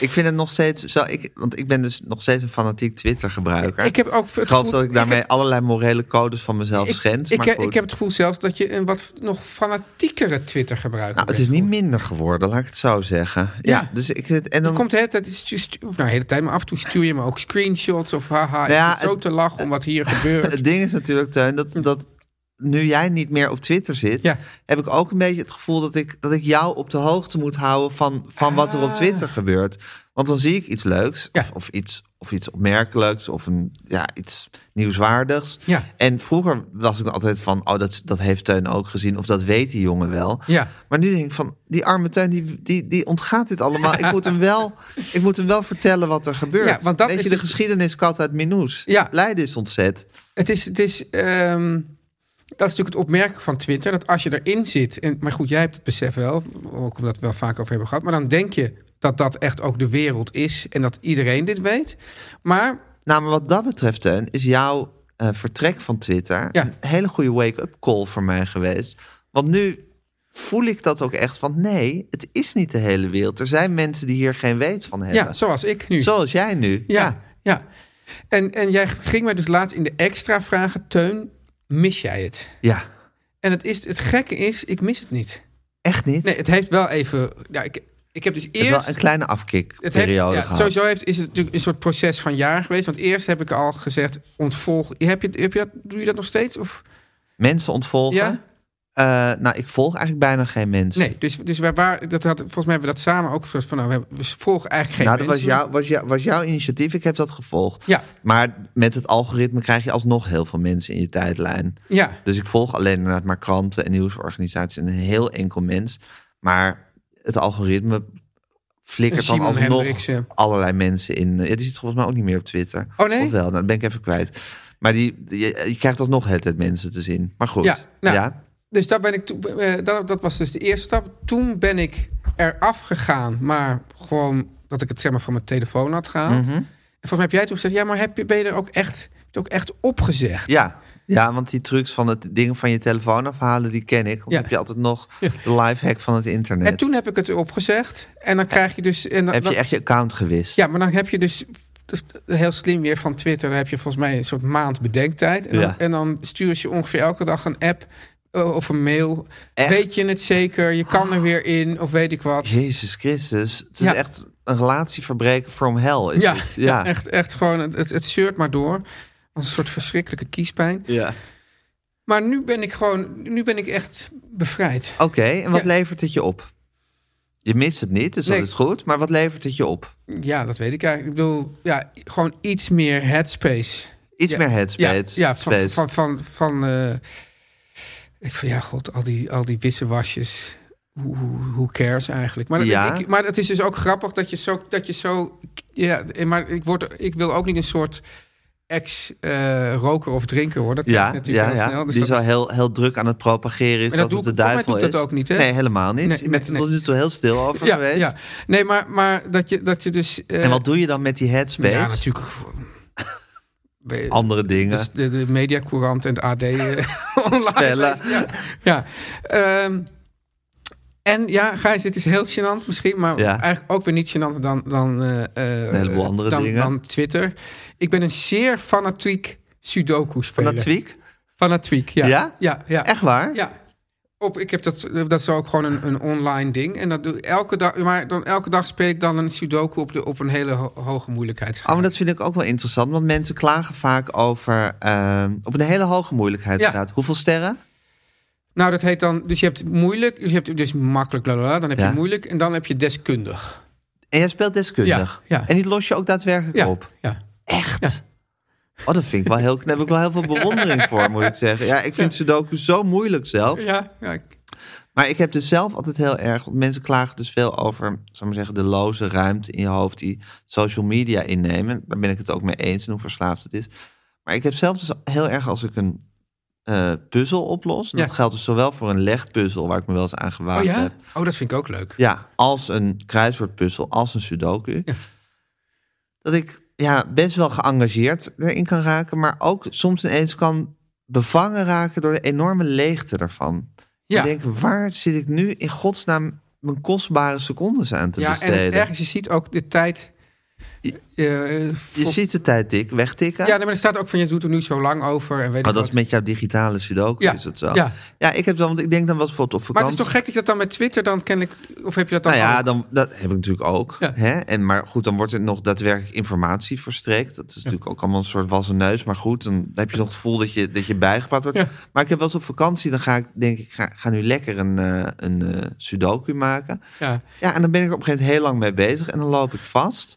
S2: Ik vind het nog steeds zo. Ik, want ik ben dus nog steeds een fanatiek Twitter gebruiker.
S3: ik heb ook
S2: Ik
S3: het
S2: geloof
S3: gevoel-
S2: dat ik daarmee
S3: heb-
S2: allerlei morele codes van mezelf
S3: ik-
S2: schend.
S3: Ik,
S2: maar
S3: heb,
S2: goed.
S3: ik heb het gevoel zelfs dat je een wat nog fanatiekere Twitter gebruikt.
S2: Nou, het is niet minder geworden, laat ik het zo zeggen. Ja,
S3: Ja.
S2: dus ik zit. En
S3: Dan
S2: dan.
S3: komt het, dat is just, of nou, de hele tijd, maar af en toe stuur je me ook screenshots of haha, ik
S2: Nou ja,
S3: zit zo
S2: het-
S3: te lachen om wat hier gebeurt.
S2: Het ding is natuurlijk, Teun, dat, dat nu jij niet meer op Twitter zit,
S3: Ja.
S2: heb ik ook een beetje het gevoel dat ik, dat ik jou op de hoogte moet houden van, van wat er op Twitter gebeurt. Want dan zie ik iets leuks,
S3: Ah. Ja.
S2: of, of, iets, of iets opmerkelijks, of een, ja, iets nieuwswaardigs.
S3: Ja.
S2: En vroeger was ik dan altijd van, oh, dat, dat heeft Teun ook gezien, of dat weet die jongen wel.
S3: Ja.
S2: Maar nu denk ik van, die arme Teun, die, die, die ontgaat dit allemaal. Ik, moet hem wel, ik moet hem wel vertellen wat er gebeurt.
S3: Ja, want dat
S2: Weet
S3: is
S2: je, de
S3: dus-
S2: geschiedeniskat uit Minoes.
S3: Ja.
S2: Leiden is ontzet.
S3: Het is, het is ehm, dat is natuurlijk het opmerkelijk van Twitter, dat als je erin zit, en, maar goed, jij hebt het besef wel, ook omdat we het wel vaak over hebben gehad, maar dan denk je dat dat echt ook de wereld is en dat iedereen dit weet. Maar
S2: Nou, maar wat dat betreft, Teun, is jouw eh, vertrek van Twitter
S3: Ja.
S2: een hele goede wake-up call voor mij geweest. Want nu voel ik dat ook echt van nee, het is niet de hele wereld. Er zijn mensen die hier geen weet van hebben.
S3: Ja, zoals ik nu.
S2: Zoals jij nu.
S3: Ja, ja. En, en jij ging mij dus laatst in de extra vragen, Teun, mis jij het?
S2: Ja.
S3: En het, is, het gekke is, ik mis het niet.
S2: Echt niet.
S3: Nee, het heeft wel even... Ja, ik, ik heb dus
S2: het is
S3: eerst...
S2: wel een kleine
S3: het heeft,
S2: afkikperiode
S3: ja,
S2: gehad.
S3: sowieso heeft, is het natuurlijk een soort proces van jaar geweest. Want eerst heb ik al gezegd, ontvolg... Heb je, heb je dat, doe je dat nog steeds? Of,
S2: Mensen ontvolgen.
S3: Ja?
S2: Eh, nou, ik volg eigenlijk bijna geen mensen.
S3: nee, dus, dus wij waren, dat had, volgens mij hebben we dat samen ook gezegd. Van, nou, we, hebben- we volgen eigenlijk geen
S2: nou, dat was,
S3: mensen.
S2: jou, was, jou, was jouw initiatief. Ik heb dat gevolgd.
S3: Ja.
S2: Maar met het algoritme krijg je alsnog heel veel mensen in je tijdlijn.
S3: Ja,
S2: Dus ik volg alleen inderdaad maar kranten en nieuwsorganisaties en een heel enkel mens. Maar het algoritme flikkert dan
S3: Simon
S2: alsnog
S3: Hendriksen.
S2: allerlei mensen in. Ja, die zit volgens mij ook niet meer op Twitter.
S3: Oh, nee?
S2: Of wel, nou, dat ben ik even kwijt. Maar die, die- je, je krijgt alsnog het tijd mensen te zien. Maar goed.
S3: Ja, nou,
S2: ja.
S3: Dus daar ben ik toe, eh, dat, dat was dus de eerste stap. Toen ben ik eraf gegaan, maar gewoon dat ik het zeg maar van mijn telefoon had
S2: Mhm.
S3: gehaald. En volgens mij heb jij toen gezegd, ja, maar heb je, ben je er ook echt, heb je het ook echt opgezegd?
S2: Ja. ja, want die trucs van het ding van je telefoon afhalen, die ken ik. Want
S3: Ja.
S2: heb je altijd nog de lifehack van het internet.
S3: En toen heb ik het opgezegd. En dan krijg je dus... En dan,
S2: heb je
S3: dan-
S2: echt je account gewist.
S3: Ja, maar dan heb je dus, dus heel slim weer van Twitter. Dan heb je volgens mij een soort maand bedenktijd. En dan,
S2: Ja.
S3: en dan stuur je ongeveer elke dag een app eh, of een mail.
S2: Echt?
S3: Weet je het zeker? Je kan er weer in of weet ik wat.
S2: Jezus Christus. Het is
S3: Ja.
S2: echt een relatieverbreker from hell. Is
S3: Ja,
S2: het?
S3: ja, echt, echt gewoon, het- het, het zeurt maar door. Als een soort verschrikkelijke kiespijn.
S2: ja.
S3: Maar nu ben ik gewoon, nu ben ik echt bevrijd.
S2: Oké, en wat
S3: Ja.
S2: levert het je op? Je mist het niet, dus
S3: Nee.
S2: dat is goed. Maar wat levert het je op?
S3: Ja, dat weet ik eigenlijk. Ik bedoel, ja, gewoon iets meer headspace.
S2: Iets
S3: Ja,
S2: meer
S3: Ja,
S2: headspace.
S3: ja van,
S2: space.
S3: van, van, van eh, ik van ja, god, al die, al die wisse wasjes. Hoe- hoe- Who cares eigenlijk? Maar, dat-
S2: Ja.
S3: ik, maar het is dus ook grappig dat je zo. Dat je zo ja, maar ik, word, ik wil ook niet een soort ex-roker of drinker worden. Dat
S2: ja,
S3: klinkt
S2: ja,
S3: natuurlijk wel
S2: ja.
S3: snel. Dus
S2: die
S3: dat
S2: zo
S3: is-
S2: heel, heel druk aan het propageren is
S3: Maar dat
S2: dat, het
S3: doe
S2: de
S3: ik- volgens mij
S2: duivel
S3: doet
S2: is.
S3: dat ook niet, hè?
S2: Nee, helemaal niet.
S3: Nee,
S2: je bent
S3: nee,
S2: er tot nu toe heel stil over
S3: ja,
S2: geweest.
S3: ja. Nee, maar, maar dat, je, dat je dus. eh,
S2: En wat doe je dan met die headspace?
S3: Ja, natuurlijk. Bij-
S2: Andere dingen.
S3: Dus de, de Mediacourant en de AD eh, online.
S2: Spellen.
S3: Ja. ja. Ehm, en ja, Gijs, dit is heel gênant misschien, maar
S2: Ja.
S3: eigenlijk ook weer niet gênanter dan, dan, eh, eh,
S2: heleboel andere
S3: dan,
S2: dingen.
S3: dan Twitter. Ik ben een zeer fanatiek Sudoku-speler.
S2: Fanatiek?
S3: Fanatiek, ja.
S2: Ja?
S3: Ja, ja.
S2: Echt waar?
S3: Ja. Op, ik heb dat, dat is ook gewoon een, een online ding. En dat doe ik elke dag. Maar dan elke dag speel ik dan een Sudoku op, de, op een hele ho- hoge
S2: Oh,
S3: moeilijkheidsgraad.
S2: maar dat vind ik ook wel interessant. Want mensen klagen vaak over... eh, op een hele hoge moeilijkheidsgraad. Hoeveel sterren?
S3: Nou, dat heet dan. Dus je hebt moeilijk. Dus je hebt dus makkelijk, la, la, la, dan heb
S2: Ja.
S3: je moeilijk. En dan heb je deskundig.
S2: En jij speelt deskundig.
S3: Ja, ja.
S2: En die los je ook daadwerkelijk
S3: Ja.
S2: op?
S3: ja.
S2: Echt? Oh, dat vind ik wel heel... Daar heb ik wel heel veel bewondering voor, moet ik zeggen. Ja, ik vind Sudoku zo moeilijk zelf.
S3: Ja, ja, ik-
S2: Maar ik heb dus zelf altijd heel erg... Want mensen klagen dus veel over, zal ik maar zeggen... de loze ruimte in je hoofd die social media innemen. Daar ben ik het ook mee eens en hoe verslaafd het is. Maar ik heb zelf dus heel erg als ik een eh, puzzel oplos... en
S3: Ja.
S2: dat geldt dus zowel voor een legpuzzel... waar ik me wel eens aan gewaagd
S3: Oh ja?
S2: heb...
S3: Oh, dat vind ik ook leuk.
S2: Ja, als een kruiswoordpuzzel, als een sudoku. Dat ik ja, best wel geëngageerd erin kan raken, maar ook soms ineens kan bevangen raken door de enorme leegte ervan.
S3: Ja.
S2: Ik denk, waar zit ik nu in godsnaam mijn kostbare secondes aan te
S3: Ja, en
S2: besteden?
S3: ergens, je ziet ook de tijd. eh,
S2: Je
S3: voor-
S2: ziet de tijd dik, wegtikken.
S3: Ja, nee, maar er staat ook van je doet er nu zo lang over. En weet
S2: maar
S3: ik
S2: Oh, dat
S3: wat.
S2: is met jouw digitale sudoku,
S3: Ja,
S2: is het zo?
S3: ja.
S2: ik heb dan, want ik denk dan was bijvoorbeeld op
S3: Maar
S2: vakantie.
S3: het is toch gek dat je dat dan met Twitter dan kennelijk... Of heb je dat dan
S2: Nou ja,
S3: ook?
S2: dan, dat heb ik natuurlijk ook.
S3: Ja.
S2: Hè? En, maar goed, dan wordt er nog daadwerkelijk informatie verstrekt. Dat is natuurlijk ook allemaal een soort wassen neus. Maar goed, dan heb je nog het gevoel dat je, dat je bijgepraat wordt.
S3: Ja.
S2: Maar ik heb wel eens op vakantie, dan ga ik denk ik, ga, ga nu lekker een, eh, een eh, sudoku maken.
S3: Ja.
S2: Ja, en dan ben ik er op een gegeven moment heel lang mee bezig. En dan loop ik vast.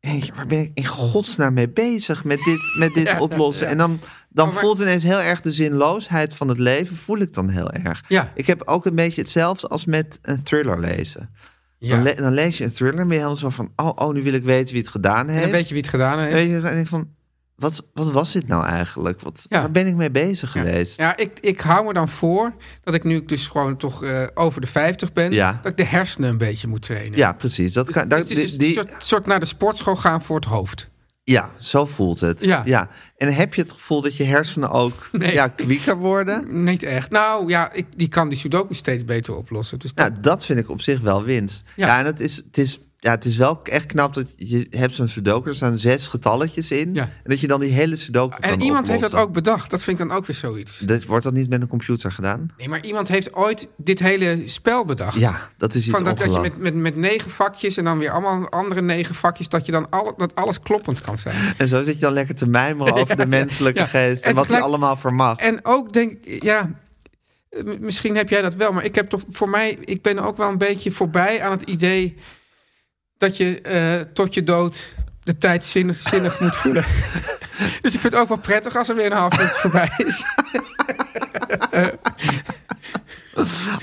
S2: En denk je, waar ben ik in godsnaam mee bezig met dit, met dit
S3: Ja,
S2: oplossen?
S3: ja.
S2: En dan, dan
S3: Oh, maar-
S2: voelt ineens heel erg de zinloosheid van het leven. Voel ik dan heel erg.
S3: Ja.
S2: Ik heb ook een beetje hetzelfde als met een thriller lezen.
S3: Ja.
S2: Dan, le- dan lees je een thriller en ben je helemaal zo van... Oh, oh, nu wil ik weten wie het gedaan
S3: En
S2: heeft.
S3: dan weet je wie het gedaan heeft.
S2: En weet je, dan denk ik van... Wat, wat was dit nou eigenlijk? Wat,
S3: Ja.
S2: Waar ben ik mee bezig geweest?
S3: Ja, ik, ik hou me dan voor dat ik nu dus gewoon toch eh, over de 50 ben.
S2: Ja.
S3: Dat ik de hersenen een beetje moet trainen.
S2: Ja, precies. Dat kan, Nou,
S3: Dus
S2: daar-
S3: het is dus
S2: die,
S3: een soort, soort naar de sportschool gaan voor het hoofd.
S2: Ja, zo voelt het.
S3: Ja.
S2: En heb je het gevoel dat je hersenen ook
S3: Nee.
S2: ja, kwieker worden?
S3: Niet echt. Nou ja, ik, die kan die Sudoku steeds beter oplossen. Dus dat-
S2: Nou, dat vind ik op zich wel winst. Ja,
S3: Ja.
S2: en het is, het, is, ja, het is wel echt knap dat je hebt zo'n sudoku, er staan zes getalletjes in.
S3: Ja.
S2: En dat je dan die hele sudoku kan
S3: en iemand heeft dat
S2: oplossen.
S3: ook bedacht. Dat vind ik dan ook weer zoiets.
S2: Dit, wordt dat niet met een computer gedaan?
S3: Nee, maar iemand heeft ooit dit hele spel bedacht.
S2: Ja, dat is iets
S3: Van dat, dat je
S2: ongelooflijk.
S3: met, met, met negen vakjes en dan weer allemaal andere negen vakjes, dat je dan al, dat alles kloppend kan zijn.
S2: En zo zit je dan lekker te mijmeren over de menselijke
S3: ja.
S2: geest en,
S3: En
S2: wat hij
S3: tegelijk-
S2: allemaal voor mag.
S3: En ook denk ik, ja, eh, m- misschien heb jij dat wel, maar ik heb toch voor mij, ik ben ook wel een beetje voorbij aan het idee dat je eh, tot je dood de tijd zinnig, zinnig moet voelen. dus ik vind het ook wel prettig als er weer een half minuut voorbij is.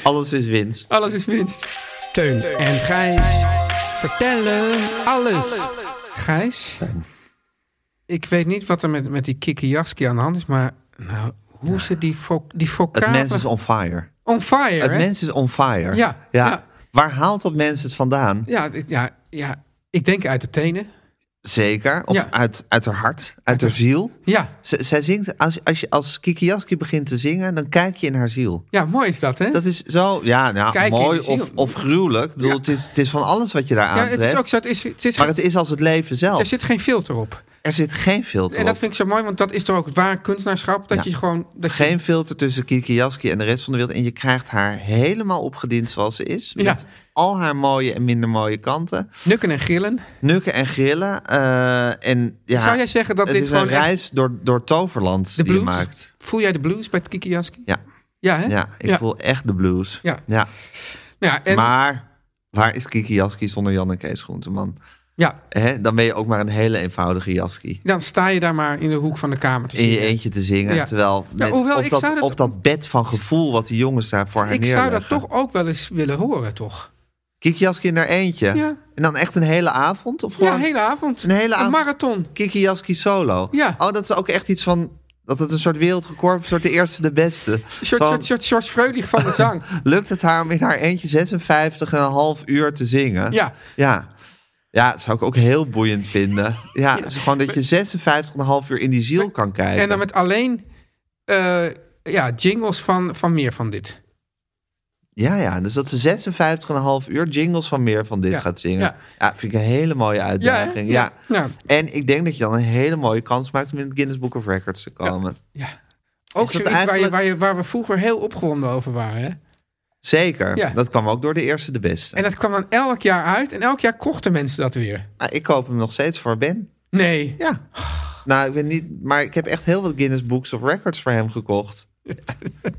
S2: Alles is winst.
S3: Alles is winst.
S5: Teun en Gijs vertellen alles.
S3: Gijs, ik weet niet wat er met, met die Kiki Jaski aan de hand is, maar nou, hoe ze die, vo die
S2: Het
S3: vocalen...
S2: mens is on fire.
S3: on fire,
S2: Het
S3: Oh, hè?
S2: mens is on fire.
S3: Ja,
S2: ja.
S3: ja.
S2: Waar haalt dat mens het vandaan?
S3: Ja, dit- ja, ja, ik denk uit de tenen.
S2: Zeker. Of
S3: Ja.
S2: uit, uit haar hart, uit haar ziel.
S3: Ja,
S2: Z- zij zingt, als, als je als Kiki Jaski begint te zingen, dan kijk je in haar ziel.
S3: ja mooi is dat, hè?
S2: Dat is zo, ja, nou,
S3: Kijken in
S2: mooi
S3: de ziel.
S2: of, of gruwelijk. Ik bedoel,
S3: Ja.
S2: het, is, het is van alles wat je daar
S3: ja, het
S2: aantreft.
S3: is ook zo, het is, het is
S2: Maar
S3: geen-
S2: het is als het leven zelf.
S3: er zit geen filter op.
S2: Er zit geen filter
S3: En dat
S2: op.
S3: vind ik zo mooi, want dat is toch ook het waar kunstenaarschap. Dat
S2: Ja.
S3: je gewoon... Dat je-
S2: Geen filter tussen Kiki Jaski en de rest van de wereld. En je krijgt haar helemaal opgediend zoals ze is. Met
S3: Ja.
S2: al haar mooie en minder mooie kanten.
S3: nukken en grillen.
S2: Nukken en grillen. eh, en, ja,
S3: Zou jij zeggen dat
S2: het
S3: dit
S2: is
S3: gewoon
S2: een
S3: echt-
S2: reis door, door toverland
S3: De
S2: die je
S3: blues.
S2: maakt.
S3: Voel jij de blues bij het Kiki Jaski?
S2: Ja,
S3: Ja, hè?
S2: ja ik
S3: ja.
S2: voel echt de blues.
S3: Ja.
S2: ja.
S3: Nou ja, en,
S2: Maar waar is Kiki Jaski zonder Jan en Kees Groenteman?
S3: ja,
S2: Hè? Dan ben je ook maar een hele eenvoudige Jaski.
S3: dan sta je daar maar in de hoek van de kamer te
S2: In je
S3: zingen.
S2: eentje te zingen.
S3: Ja.
S2: Terwijl
S3: Ja,
S2: met-
S3: hoewel,
S2: op,
S3: ik
S2: dat,
S3: zou dat-
S2: op dat bed van gevoel wat die jongens daar voor haar
S3: Ik zou
S2: neerleggen.
S3: dat toch ook wel eens willen horen, toch?
S2: Kiki Jaski in haar eentje.
S3: Ja.
S2: En dan echt een hele avond? Of
S3: Ja,
S2: gewoon
S3: een hele avond.
S2: Een hele avond.
S3: marathon.
S2: Kiki Jaski solo?
S3: Ja.
S2: Oh, dat is ook echt iets van... Dat het een soort wereldrecord, een soort de eerste, de beste.
S3: George,
S2: Van,
S3: George, George, George Freulich van de zang.
S2: Lukt het haar om in haar eentje 56 en een half uur te zingen?
S3: Ja.
S2: Ja. Ja, dat zou ik ook heel boeiend vinden. Ja, het is gewoon dat je 56 en een half uur in die ziel kan kijken.
S3: En dan met alleen eh, ja, jingles van, van meer van dit.
S2: Ja, ja. Dus dat ze 56 en een half uur jingles van meer van dit
S3: Ja.
S2: gaat zingen. Ja.
S3: Ja.
S2: vind ik een hele mooie uitdaging. Ja,
S3: Ja, hè? Ja.
S2: En ik denk dat je dan een hele mooie kans maakt om in het Guinness Book of Records te komen.
S3: Ja. Ook zoiets waar,
S2: eigenlijk-
S3: je, waar, je, waar we vroeger heel opgewonden over waren. Hè?
S2: Zeker.
S3: Ja.
S2: Dat kwam ook door de eerste de beste.
S3: En dat kwam dan elk jaar uit. En elk jaar kochten mensen dat weer.
S2: Ah, ik koop hem nog steeds voor Ben.
S3: Nee.
S2: Ja. Nou, ik weet niet, maar ik heb echt heel wat Guinness Books of Records voor hem gekocht.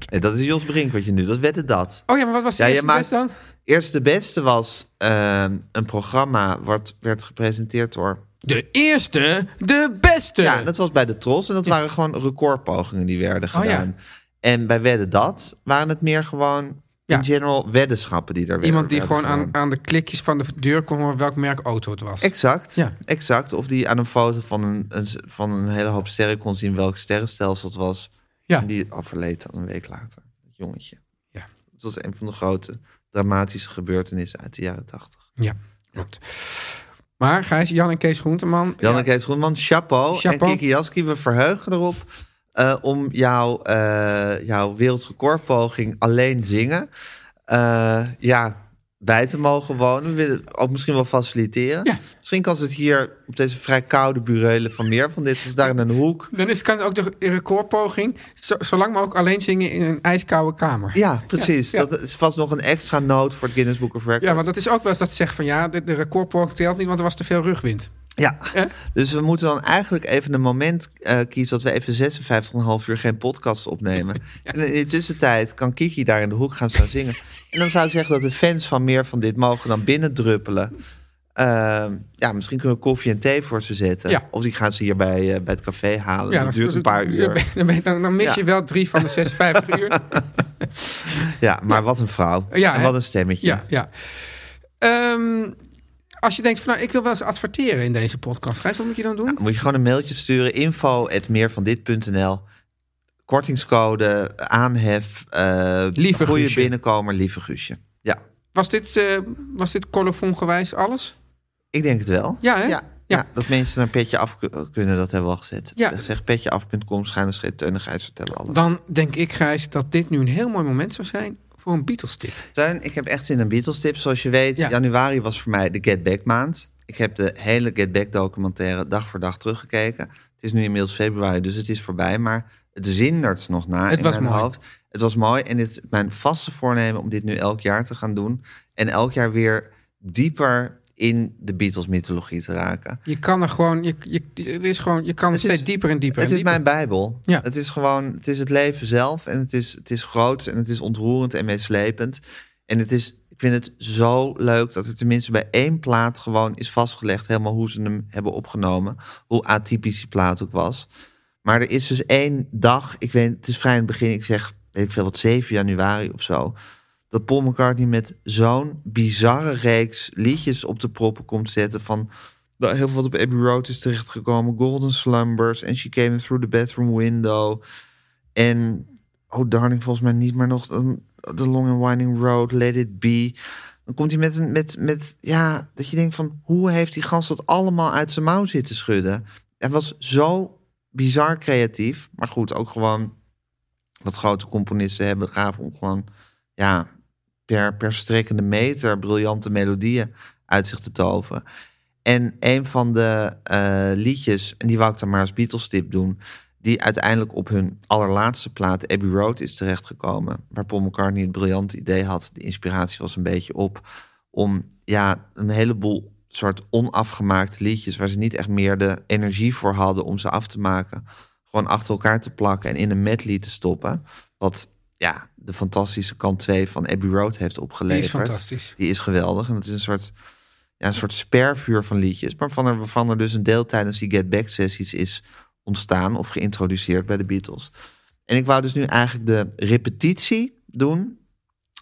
S2: En dat is Jos Brink wat je nu, dat wedde dat.
S3: Oh ja, maar wat was de
S2: Ja, je
S3: eerste
S2: maakt-
S3: best dan?
S2: Eerst de beste was ehm, een programma wat werd gepresenteerd door...
S3: De eerste, de beste.
S2: Ja, dat was bij de Tros en dat waren gewoon recordpogingen die werden
S3: Oh, ja.
S2: gedaan. En bij wedden dat waren het meer gewoon
S3: Ja.
S2: in general weddenschappen die daar werden
S3: Iemand die
S2: werden
S3: gewoon aan,
S2: gedaan.
S3: aan de klikjes van de deur kon horen welk merk auto het was.
S2: Exact,
S3: Ja.
S2: exact. Of die aan een foto van een, een, van een hele hoop sterren kon zien welk sterrenstelsel het was.
S3: Ja.
S2: En die overleed dan een week later. Dat jongetje.
S3: Ja.
S2: Dat was een van de grote dramatische gebeurtenissen uit de jaren tachtig.
S3: Ja, klopt. Maar Gijs, Jan en Kees Groenteman. ja,
S2: Janneke Kees Groenman, chapeau.
S3: Chapeau.
S2: En Kiki Jaski, we verheugen erop eh, om jouw, eh jouw wereldrecordpoging alleen zingen. eh, ja, bij te mogen wonen. We willen het ook misschien wel faciliteren.
S3: Ja.
S2: Misschien kan ze het hier op deze vrij koude burelen van meer. Van dit is daar in een hoek.
S3: Dan is, kan het ook de recordpoging. Zo, zolang maar ook alleen zingen in een ijskoude kamer.
S2: Ja, precies.
S3: Ja, ja.
S2: Dat is vast nog een extra noot voor het Guinness Book of Records.
S3: Ja, want dat is ook wel eens dat ze zegt van ja, de, de recordpoging telt niet, want er was te veel rugwind.
S2: Ja,
S3: Hè?
S2: dus we moeten dan eigenlijk even een moment eh, kiezen dat we even 56,5 uur geen podcast opnemen. En in de tussentijd kan Kiki daar in de hoek gaan staan zingen. En dan zou ik zeggen dat de fans van meer van dit mogen dan binnendruppelen. Ehm ja, misschien kunnen we koffie en thee voor ze zetten.
S3: Ja.
S2: Of die gaan ze hier bij, eh, bij het café halen.
S3: Ja,
S2: dat duurt een paar uur.
S3: Dan, ben je- dan, dan mis
S2: Ja.
S3: je wel drie van de 56 uur.
S2: Ja, maar wat een vrouw.
S3: Ja,
S2: en wat
S3: hè?
S2: een stemmetje.
S3: Ja, ja. Ehm, als je denkt van nou, ik wil wel eens adverteren in deze podcast. Gijs, wat moet je dan doen?
S2: Dan moet je gewoon een mailtje sturen. info.meervandit.nl Kortingscode, aanhef, eh
S3: Lieve
S2: goede
S3: Guusje.
S2: binnenkomer, lieve Guusje. Ja,
S3: Was dit, eh was dit colofon gewijs alles?
S2: ik denk het wel.
S3: Ja, hè?
S2: Ja,
S3: Ja.
S2: dat mensen een petje af ku- kunnen, dat hebben we al gezet.
S3: Ja.
S2: Ja. Zeg petje af.com, schuine schrift, en Gijs vertellen alles.
S3: Dan denk ik, Gijs, dat dit nu een heel mooi moment zou zijn voor een Beatles-tip.
S2: Tuin, ik heb echt zin in een Beatles tip. Zoals je weet,
S3: Ja.
S2: januari was voor mij de Get Back maand. Ik heb de hele Get Back documentaire dag voor dag teruggekeken. Het is nu inmiddels februari, dus het is voorbij. Maar het zindert nog na
S3: Het
S2: in
S3: was
S2: mijn
S3: mooi.
S2: hoofd. Het was mooi en dit is mijn vaste voornemen om dit nu elk jaar te gaan doen. En elk jaar weer dieper in de Beatles mythologie te raken.
S3: Je kan er gewoon, je, je, het is gewoon, je kan
S2: Het
S3: steeds
S2: is-
S3: dieper en dieper.
S2: Het
S3: en
S2: is
S3: dieper.
S2: mijn bijbel.
S3: Ja.
S2: Het is gewoon, het is het leven zelf. En het is, het is groot en het is ontroerend en meeslepend. En het is, ik vind het zo leuk dat er tenminste bij één plaat gewoon is vastgelegd helemaal hoe ze hem hebben opgenomen. Hoe atypisch die plaat ook was. Maar er is dus één dag, ik weet, het is vrij in het begin, ik zeg, weet ik veel wat, 7 januari of zo. Dat Paul McCartney met zo'n bizarre reeks liedjes op de proppen komt zetten van nou, heel veel wat op Abbey Road is terechtgekomen. Golden Slumbers en She Came In Through the Bathroom Window. En Oh Darling volgens mij niet, maar nog dan The Long and Winding Road, Let It Be. Dan komt hij met een, met, met, ja, dat je denkt van, hoe heeft die gast dat allemaal uit zijn mouw zitten schudden? Hij was zo bizar creatief, maar goed, ook gewoon wat grote componisten hebben gaaf om gewoon, ja, per, per strekkende meter briljante melodieën uit zich te toveren. En een van de eh, liedjes, en die wou ik dan maar als Beatles-tip doen... die uiteindelijk op hun allerlaatste plaat Abbey Road is terechtgekomen... waar Paul McCartney het briljante idee had. De inspiratie was een beetje op om ja, een heleboel soort onafgemaakte liedjes... waar ze niet echt meer de energie voor hadden om ze af te maken... gewoon achter elkaar te plakken en in een medley te stoppen. Wat ja, de fantastische kant 2 van Abbey Road heeft
S3: Die
S2: opgeleverd.
S3: is fantastisch.
S2: Die is geweldig. En het is een soort, ja, een soort spervuur van liedjes. Maar van er, waarvan er dus een deel tijdens die Get Back sessies is ontstaan of geïntroduceerd bij de Beatles. En ik wou dus nu eigenlijk de repetitie doen.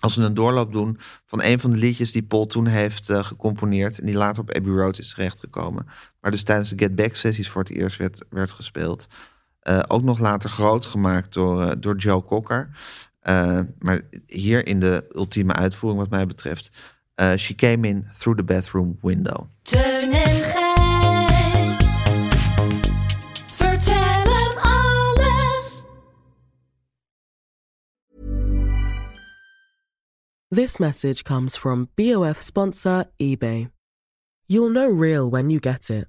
S2: Als we een doorloop doen van een van de liedjes die Paul toen heeft eh, gecomponeerd. En die later op Abbey Road is terechtgekomen. Maar dus tijdens de Get Back sessies voor het eerst werd, werd gespeeld. Eh, ook nog later groot gemaakt door, eh, door Joe Cocker. Eh, maar hier in de ultieme uitvoering, wat mij betreft. eh, she came in through the bathroom window.
S6: Teun en Gijs. Vertel hem alles.
S8: This message comes from BOF sponsor eBay. You'll know real when you get it.